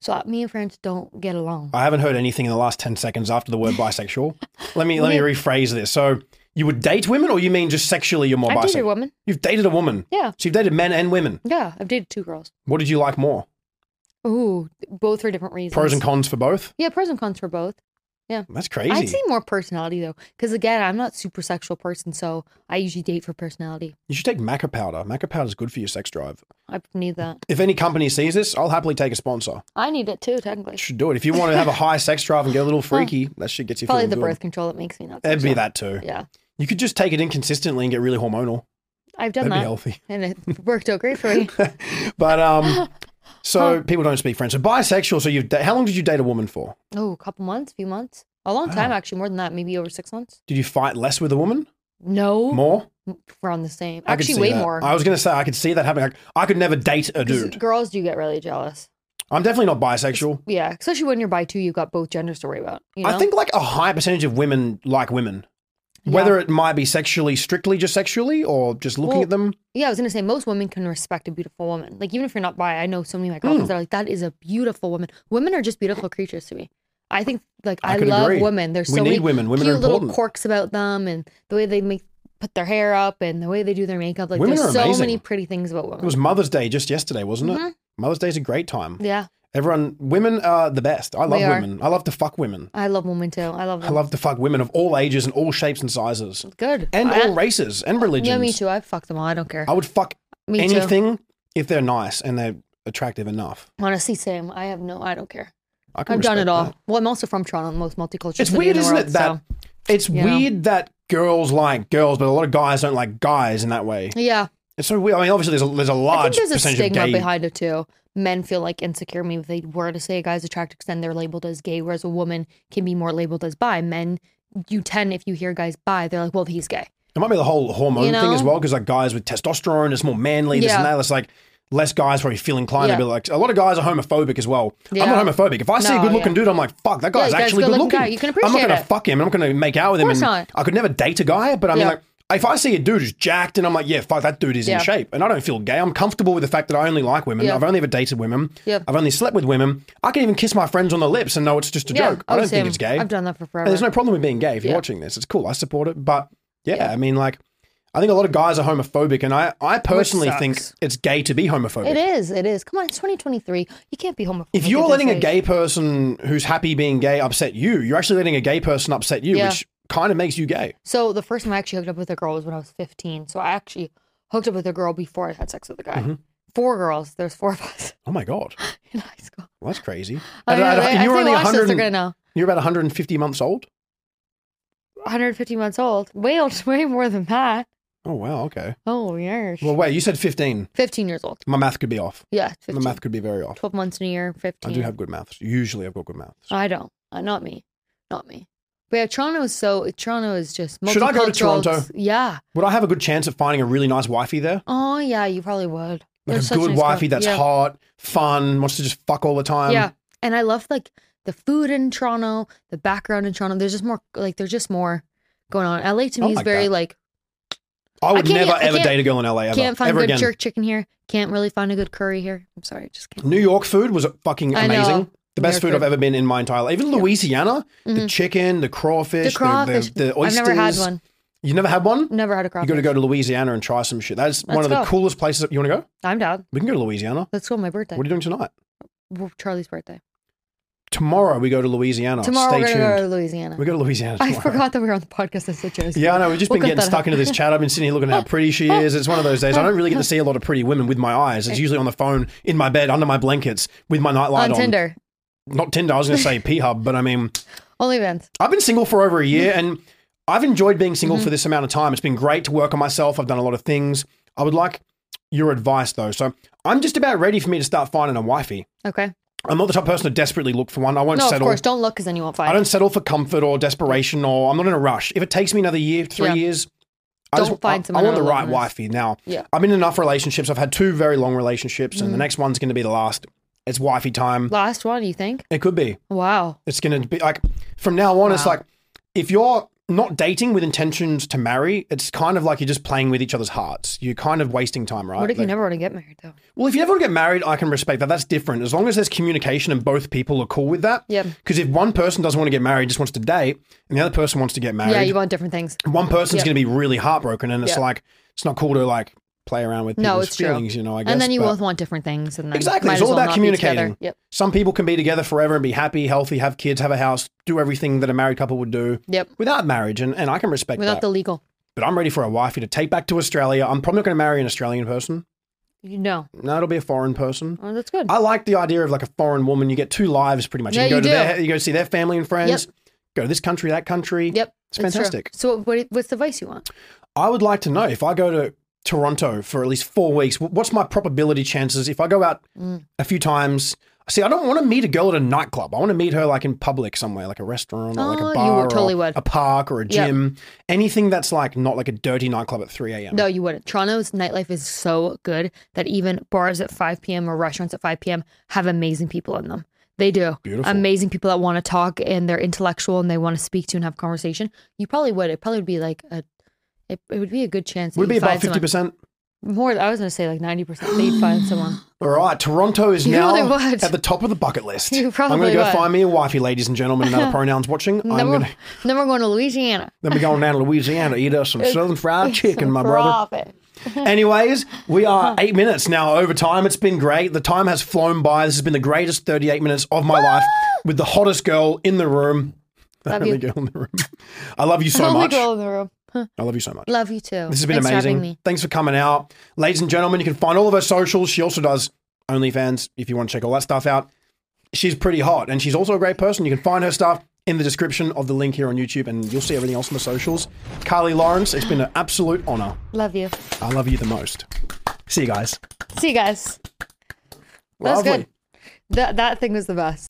Speaker 1: So uh, me and French don't get along.
Speaker 2: I haven't heard anything in the last ten seconds after
Speaker 1: <laughs>
Speaker 2: the word bisexual. let me let me rephrase this. So you would date women, or you mean just sexually? You're more
Speaker 1: I've dated a
Speaker 2: bisexual.
Speaker 1: woman.
Speaker 2: You've dated a woman.
Speaker 1: Yeah.
Speaker 2: So you've dated men and women.
Speaker 1: Yeah. I've dated two girls.
Speaker 2: What did you like more?
Speaker 1: Ooh, both for different reasons.
Speaker 2: Pros and cons for both.
Speaker 1: Yeah, pros and cons for both.
Speaker 2: That's crazy.
Speaker 1: I'd say more personality though, because again, I'm not super sexual person, so I usually date for personality.
Speaker 2: You should take maca powder. Maca powder is good for your sex drive.
Speaker 1: I need that.
Speaker 2: If any company sees this, I'll happily take a sponsor.
Speaker 1: I need it too, technically.
Speaker 2: You should do it. If you want to have a high sex drive and get a little freaky, that shit gets you
Speaker 1: Probably
Speaker 2: feeling
Speaker 1: the
Speaker 2: good.
Speaker 1: birth control that makes me not.
Speaker 2: It'd
Speaker 1: sexual.
Speaker 2: be that too.
Speaker 1: Yeah,
Speaker 2: You could just take it inconsistently and get really hormonal.
Speaker 1: I've
Speaker 2: That'd
Speaker 1: done that,
Speaker 2: be healthy.
Speaker 1: and it worked out great for me. <laughs>
Speaker 2: But um, so people don't speak French. So bisexual. So you've da- how long did you date a woman for?
Speaker 1: oh, a couple months, few months, a long time
Speaker 2: Wow.
Speaker 1: actually, more than that, maybe over six months.
Speaker 2: Did you fight less with a woman?
Speaker 1: No,
Speaker 2: More?
Speaker 1: we're on the same.
Speaker 2: I could
Speaker 1: Actually,
Speaker 2: see
Speaker 1: way
Speaker 2: that.
Speaker 1: more.
Speaker 2: I was gonna say I could see that happening. I, I could never date
Speaker 1: 'Cause
Speaker 2: a dude.
Speaker 1: Girls do get really jealous.
Speaker 2: I'm definitely not bisexual.
Speaker 1: Yeah, especially when you're by two, you've got both genders to worry about. You know?
Speaker 2: I think like a high percentage of women like women.
Speaker 1: Yeah.
Speaker 2: Whether it might be sexually, strictly just sexually, or just looking
Speaker 1: Well,
Speaker 2: at them.
Speaker 1: Yeah, I was gonna say most women can respect a beautiful woman. Like even if you're not bi, I know so many of my
Speaker 2: Mm.
Speaker 1: girlfriends that are like, that is a beautiful woman. Women are just beautiful creatures to me. I think like
Speaker 2: I
Speaker 1: I,
Speaker 2: could
Speaker 1: love
Speaker 2: agree.
Speaker 1: women. There's
Speaker 2: We
Speaker 1: so
Speaker 2: need
Speaker 1: many
Speaker 2: women. Women are
Speaker 1: cute little
Speaker 2: important.
Speaker 1: quirks about them and the way they make put their hair up and the way they do their makeup. Like
Speaker 2: Women
Speaker 1: there's
Speaker 2: are
Speaker 1: so
Speaker 2: amazing.
Speaker 1: many pretty things about
Speaker 2: It
Speaker 1: women.
Speaker 2: was Mother's Day just yesterday, wasn't it?
Speaker 1: Mm-hmm.
Speaker 2: Mother's Day's a great time.
Speaker 1: Yeah.
Speaker 2: Everyone, women are the best. I love
Speaker 1: They are.
Speaker 2: women. I love to fuck women.
Speaker 1: I love women too. I love
Speaker 2: I
Speaker 1: them.
Speaker 2: love to fuck women of all ages and all shapes and sizes,
Speaker 1: Good.
Speaker 2: and
Speaker 1: I,
Speaker 2: all races and religions.
Speaker 1: yeah, me too. I fuck them all. I don't care.
Speaker 2: I would fuck
Speaker 1: me too.
Speaker 2: anything if they're nice and they're attractive enough.
Speaker 1: Honestly, same. I have no I don't care.
Speaker 2: I can
Speaker 1: I've done it
Speaker 2: respect
Speaker 1: all.
Speaker 2: that.
Speaker 1: Well, I'm also from Toronto, the most multicultural.
Speaker 2: It's
Speaker 1: city
Speaker 2: weird,
Speaker 1: in the
Speaker 2: isn't
Speaker 1: world,
Speaker 2: it? That it's
Speaker 1: you know.
Speaker 2: weird that girls like girls, but a lot of guys don't like guys in that way.
Speaker 1: so. yeah.
Speaker 2: It's so weird. I mean, obviously, there's a, there's a
Speaker 1: I
Speaker 2: large
Speaker 1: think there's a
Speaker 2: percentage of
Speaker 1: stigma
Speaker 2: gay.
Speaker 1: behind it too. Men feel like insecure. Maybe if they were to say a guy's attractive, 'cause then they're labeled as gay, whereas a woman can be more labeled as bi. Men, you tend if you hear guys bi, they're like, well, he's gay.
Speaker 2: it might be the whole hormone
Speaker 1: You
Speaker 2: thing as
Speaker 1: know?
Speaker 2: well, because like guys with testosterone, it's more manly. This and
Speaker 1: Yeah.
Speaker 2: that. It's like less guys probably feel inclined to
Speaker 1: Yeah.
Speaker 2: be like. A lot of guys are homophobic as well. I'm
Speaker 1: Yeah.
Speaker 2: not homophobic. If I see a
Speaker 1: No,
Speaker 2: good looking
Speaker 1: yeah.
Speaker 2: dude, I'm like, fuck, that guy's
Speaker 1: Yeah, you guys
Speaker 2: actually good
Speaker 1: good-looking
Speaker 2: looking.
Speaker 1: guy. You can
Speaker 2: I'm not
Speaker 1: appreciate
Speaker 2: gonna
Speaker 1: it.
Speaker 2: fuck him. I'm not gonna make out with him.
Speaker 1: course
Speaker 2: and
Speaker 1: not.
Speaker 2: I could never date a guy, but I mean,
Speaker 1: Yeah.
Speaker 2: like, if I see a dude who's jacked and I'm like, yeah, fuck, that dude is
Speaker 1: Yeah.
Speaker 2: in shape, and I don't feel gay. I'm comfortable with the fact that I only like women.
Speaker 1: Yeah.
Speaker 2: I've only ever dated women.
Speaker 1: Yeah.
Speaker 2: I've only slept with women. I can even kiss my friends on the lips and know it's just a
Speaker 1: Yeah,
Speaker 2: joke. I don't
Speaker 1: same.
Speaker 2: think it's gay.
Speaker 1: I've done that for
Speaker 2: And
Speaker 1: forever.
Speaker 2: there's no problem with being gay if you're
Speaker 1: Yeah.
Speaker 2: watching this. It's cool. I support it. But yeah, I mean, like, I think a lot of guys are homophobic, and I, I personally think
Speaker 1: sucks.
Speaker 2: it's gay to be homophobic.
Speaker 1: it is. It is. Come on, it's 2023. You can't be homophobic.
Speaker 2: If you're
Speaker 1: at this
Speaker 2: letting a
Speaker 1: age.
Speaker 2: gay person who's happy being gay upset you, you're actually letting a gay person upset you,
Speaker 1: Yeah.
Speaker 2: which kind of makes you gay.
Speaker 1: So the first time I actually hooked up with a girl was when I was 15. So I actually hooked up with a girl before I had sex with a guy.
Speaker 2: Mm-hmm.
Speaker 1: Four girls. There's four of us <laughs>
Speaker 2: Oh my god,
Speaker 1: in high school.
Speaker 2: well, that's crazy.
Speaker 1: <laughs> I
Speaker 2: And
Speaker 1: know,
Speaker 2: I-
Speaker 1: they-
Speaker 2: and
Speaker 1: if
Speaker 2: you were
Speaker 1: they
Speaker 2: only
Speaker 1: watch this, they're
Speaker 2: 100.
Speaker 1: gonna know.
Speaker 2: You're about 150 months old.
Speaker 1: 150 months old. Way old. <laughs> Way more than that.
Speaker 2: Oh wow, okay.
Speaker 1: Oh yes.
Speaker 2: Well, wait, you said 15.
Speaker 1: 15 years old.
Speaker 2: My math could be off.
Speaker 1: Yeah,
Speaker 2: My
Speaker 1: 15.
Speaker 2: math could be very off.
Speaker 1: 12 months in a year, 15.
Speaker 2: I do have good maths. Usually, I've got good maths.
Speaker 1: I don't. Uh, not me. Not me. But yeah, Toronto is so, Toronto is just multicultural.
Speaker 2: Should I go to Toronto?
Speaker 1: It's- Yeah.
Speaker 2: Would I have a good chance of finding a really nice wifey there?
Speaker 1: Oh, yeah, you probably would.
Speaker 2: Like
Speaker 1: There's
Speaker 2: a
Speaker 1: such
Speaker 2: good
Speaker 1: nice
Speaker 2: wifey
Speaker 1: crowd.
Speaker 2: that's
Speaker 1: yeah.
Speaker 2: hot, fun, wants to just fuck all the time.
Speaker 1: yeah. And I love like the food in Toronto, the background in Toronto. There's just more, like, there's just more going on. LA to
Speaker 2: I
Speaker 1: me
Speaker 2: like
Speaker 1: is very
Speaker 2: that.
Speaker 1: like,
Speaker 2: I would
Speaker 1: I can't-
Speaker 2: never
Speaker 1: I
Speaker 2: ever
Speaker 1: can't-
Speaker 2: date a girl in LA ever.
Speaker 1: can't find
Speaker 2: ever
Speaker 1: good
Speaker 2: again.
Speaker 1: jerk chicken here. Can't really find a good curry here. I'm sorry, I just can't.
Speaker 2: New York food was fucking
Speaker 1: I know.
Speaker 2: amazing. The best
Speaker 1: York
Speaker 2: food
Speaker 1: food. Mm-hmm.
Speaker 2: I've ever been in my entire life. Even Louisiana, the chicken, the crawfish,
Speaker 1: The crawfish.
Speaker 2: the, the oysters.
Speaker 1: I've never had one.
Speaker 2: You never had one?
Speaker 1: Never had a
Speaker 2: You
Speaker 1: crawfish.
Speaker 2: got to go to Louisiana and try some shit. That's one
Speaker 1: Let's
Speaker 2: of the
Speaker 1: go.
Speaker 2: coolest places. You want to go?
Speaker 1: I'm down.
Speaker 2: We can go to Louisiana.
Speaker 1: Let's go on my birthday.
Speaker 2: What are you doing tonight?
Speaker 1: Well, Charlie's birthday.
Speaker 2: Tomorrow we go to Louisiana.
Speaker 1: Tomorrow
Speaker 2: Oh, Stay
Speaker 1: we're
Speaker 2: tuned.
Speaker 1: gonna go to Louisiana.
Speaker 2: We go to Louisiana
Speaker 1: I
Speaker 2: tomorrow.
Speaker 1: forgot that we were on the podcast. I said Jersey.
Speaker 2: <laughs> Yeah, I know. We've just
Speaker 1: We'll
Speaker 2: been getting
Speaker 1: cut that
Speaker 2: stuck into this chat. I've been sitting
Speaker 1: <laughs>
Speaker 2: here looking at how pretty she is. It's one of those days. I don't really get to see a lot of pretty women with my eyes. It's usually on the phone, in my bed, under my blankets, with my nightlight
Speaker 1: on
Speaker 2: on.
Speaker 1: Tinder.
Speaker 2: Not Tinder. I was going
Speaker 1: <laughs>
Speaker 2: to say P Hub, but I mean,
Speaker 1: Only Vans.
Speaker 2: I've been single for over a year and I've enjoyed being
Speaker 1: Mm-hmm.
Speaker 2: single for this amount of time. It's been great to work on myself. I've done a lot of things. I would like your advice though. So I'm just about ready for me to start finding a wifey.
Speaker 1: Okay.
Speaker 2: I'm not the type of person to desperately look for one. I won't
Speaker 1: No, of
Speaker 2: settle.
Speaker 1: course, don't look because then you won't find
Speaker 2: I
Speaker 1: it.
Speaker 2: don't settle for comfort or desperation or I'm not in a rush. If it takes me another year, three
Speaker 1: Yeah.
Speaker 2: years, I
Speaker 1: Don't
Speaker 2: just,
Speaker 1: find
Speaker 2: I,
Speaker 1: someone
Speaker 2: I want the
Speaker 1: that'll
Speaker 2: right
Speaker 1: love
Speaker 2: wife here now.
Speaker 1: Yeah. Mm.
Speaker 2: I'm in enough relationships. I've had two very long relationships, and the next one's going to be the last. It's wifey time.
Speaker 1: Last one, you think?
Speaker 2: It could be.
Speaker 1: Wow.
Speaker 2: It's going to be like from now on. It's
Speaker 1: Wow.
Speaker 2: like if you're not dating with intentions to marry, it's kind of like you're just playing with each other's hearts. You're kind of wasting time, right?
Speaker 1: What if you
Speaker 2: Like-
Speaker 1: never want to get married though?
Speaker 2: well, if you never want to get married, I can respect that. That's different. As long as there's communication and both people are cool with that.
Speaker 1: Yep.
Speaker 2: Because if one person doesn't want to get married, just wants to date, and the other person wants to get married,
Speaker 1: Yeah, you want different things.
Speaker 2: one person's
Speaker 1: Yep.
Speaker 2: going to be really heartbroken, and it's
Speaker 1: Yep.
Speaker 2: like it's not cool to like play around with people's
Speaker 1: No, it's true.
Speaker 2: feelings. You know, I guess.
Speaker 1: and then you
Speaker 2: but-
Speaker 1: both want different things, and then
Speaker 2: Exactly.
Speaker 1: might
Speaker 2: It's
Speaker 1: as
Speaker 2: all
Speaker 1: well
Speaker 2: about
Speaker 1: not be together.
Speaker 2: communicating.
Speaker 1: Yep.
Speaker 2: Some people can be together forever and be happy, healthy, have kids, have a house, do everything that a married couple would do
Speaker 1: Yep.
Speaker 2: without marriage, and, and I can respect
Speaker 1: Without
Speaker 2: that.
Speaker 1: the legal,
Speaker 2: but I'm ready for a wifey to take back to Australia. I'm probably not going to marry an Australian person.
Speaker 1: you know,
Speaker 2: No, it'll be a foreign person.
Speaker 1: oh, that's good.
Speaker 2: I like the idea of like a foreign woman. You get two lives pretty much.
Speaker 1: Yeah,
Speaker 2: you go
Speaker 1: you
Speaker 2: to
Speaker 1: do.
Speaker 2: their, you go see their family and friends. Go to this country, that country.
Speaker 1: yep.
Speaker 2: It's
Speaker 1: that's true.
Speaker 2: fantastic.
Speaker 1: So, what, what's the advice you want?
Speaker 2: I would like to know if I go to Toronto for at least four weeks, wh- what's my probability chances if I go out
Speaker 1: Mm.
Speaker 2: a few times? See, I don't want to meet a girl at a nightclub. I want to meet her like in public somewhere, like a restaurant or like
Speaker 1: Oh,
Speaker 2: a
Speaker 1: you
Speaker 2: bar, or
Speaker 1: totally would.
Speaker 2: a park or a
Speaker 1: Yep.
Speaker 2: gym. Anything that's like not like a dirty nightclub at 3 a.m.
Speaker 1: No, you wouldn't. Toronto's nightlife is so good that even bars at 5 p.m. or restaurants at 5 p.m. have amazing people in them. They do.
Speaker 2: Beautiful.
Speaker 1: Amazing people that want to talk and they're intellectual and they want to speak to and have conversation. You probably would. It probably would be like a, it, it would be a good chance. that
Speaker 2: Would it be
Speaker 1: you'd find
Speaker 2: about
Speaker 1: someone.
Speaker 2: 50%?
Speaker 1: More, I was going to say like 90% that you'd find someone.
Speaker 2: All right, Toronto is
Speaker 1: You
Speaker 2: now
Speaker 1: really would.
Speaker 2: at the top of the bucket
Speaker 1: <laughs>
Speaker 2: list.
Speaker 1: You
Speaker 2: I'm going
Speaker 1: probably
Speaker 2: to go
Speaker 1: would.
Speaker 2: find me a wifey, ladies and
Speaker 1: <laughs>
Speaker 2: gentlemen, no pronouns watching. I'm
Speaker 1: Then we're,
Speaker 2: going to
Speaker 1: then we're going to Louisiana.
Speaker 2: then we're going down to Louisiana, eat
Speaker 1: <laughs>
Speaker 2: us some southern fried chicken, my brother.
Speaker 1: Profit.
Speaker 2: Anyways, we
Speaker 1: Uh-huh.
Speaker 2: are eight minutes now over time. It's been great. The time has flown by. This has been the greatest 38 minutes of
Speaker 1: <gasps>
Speaker 2: my life with the hottest girl in the room.
Speaker 1: Love
Speaker 2: Only
Speaker 1: you.
Speaker 2: girl in <laughs> the room. I love you so
Speaker 1: Only
Speaker 2: much.
Speaker 1: girl in the room.
Speaker 2: I love you so much.
Speaker 1: Love you too.
Speaker 2: This has been
Speaker 1: Thanks for having
Speaker 2: amazing.
Speaker 1: me.
Speaker 2: Thanks for coming out. Ladies and gentlemen, you can find all of her socials. She also does OnlyFans if you want to check all that stuff out. She's pretty hot and she's also a great person. You can find her stuff in the description of the link here on YouTube and you'll see everything else on the socials. Carly Lawrence, it's been an absolute honor.
Speaker 1: Love you.
Speaker 2: I love you the most. See you guys.
Speaker 1: See you guys. That was
Speaker 2: Lovely.
Speaker 1: good. That that thing was the best.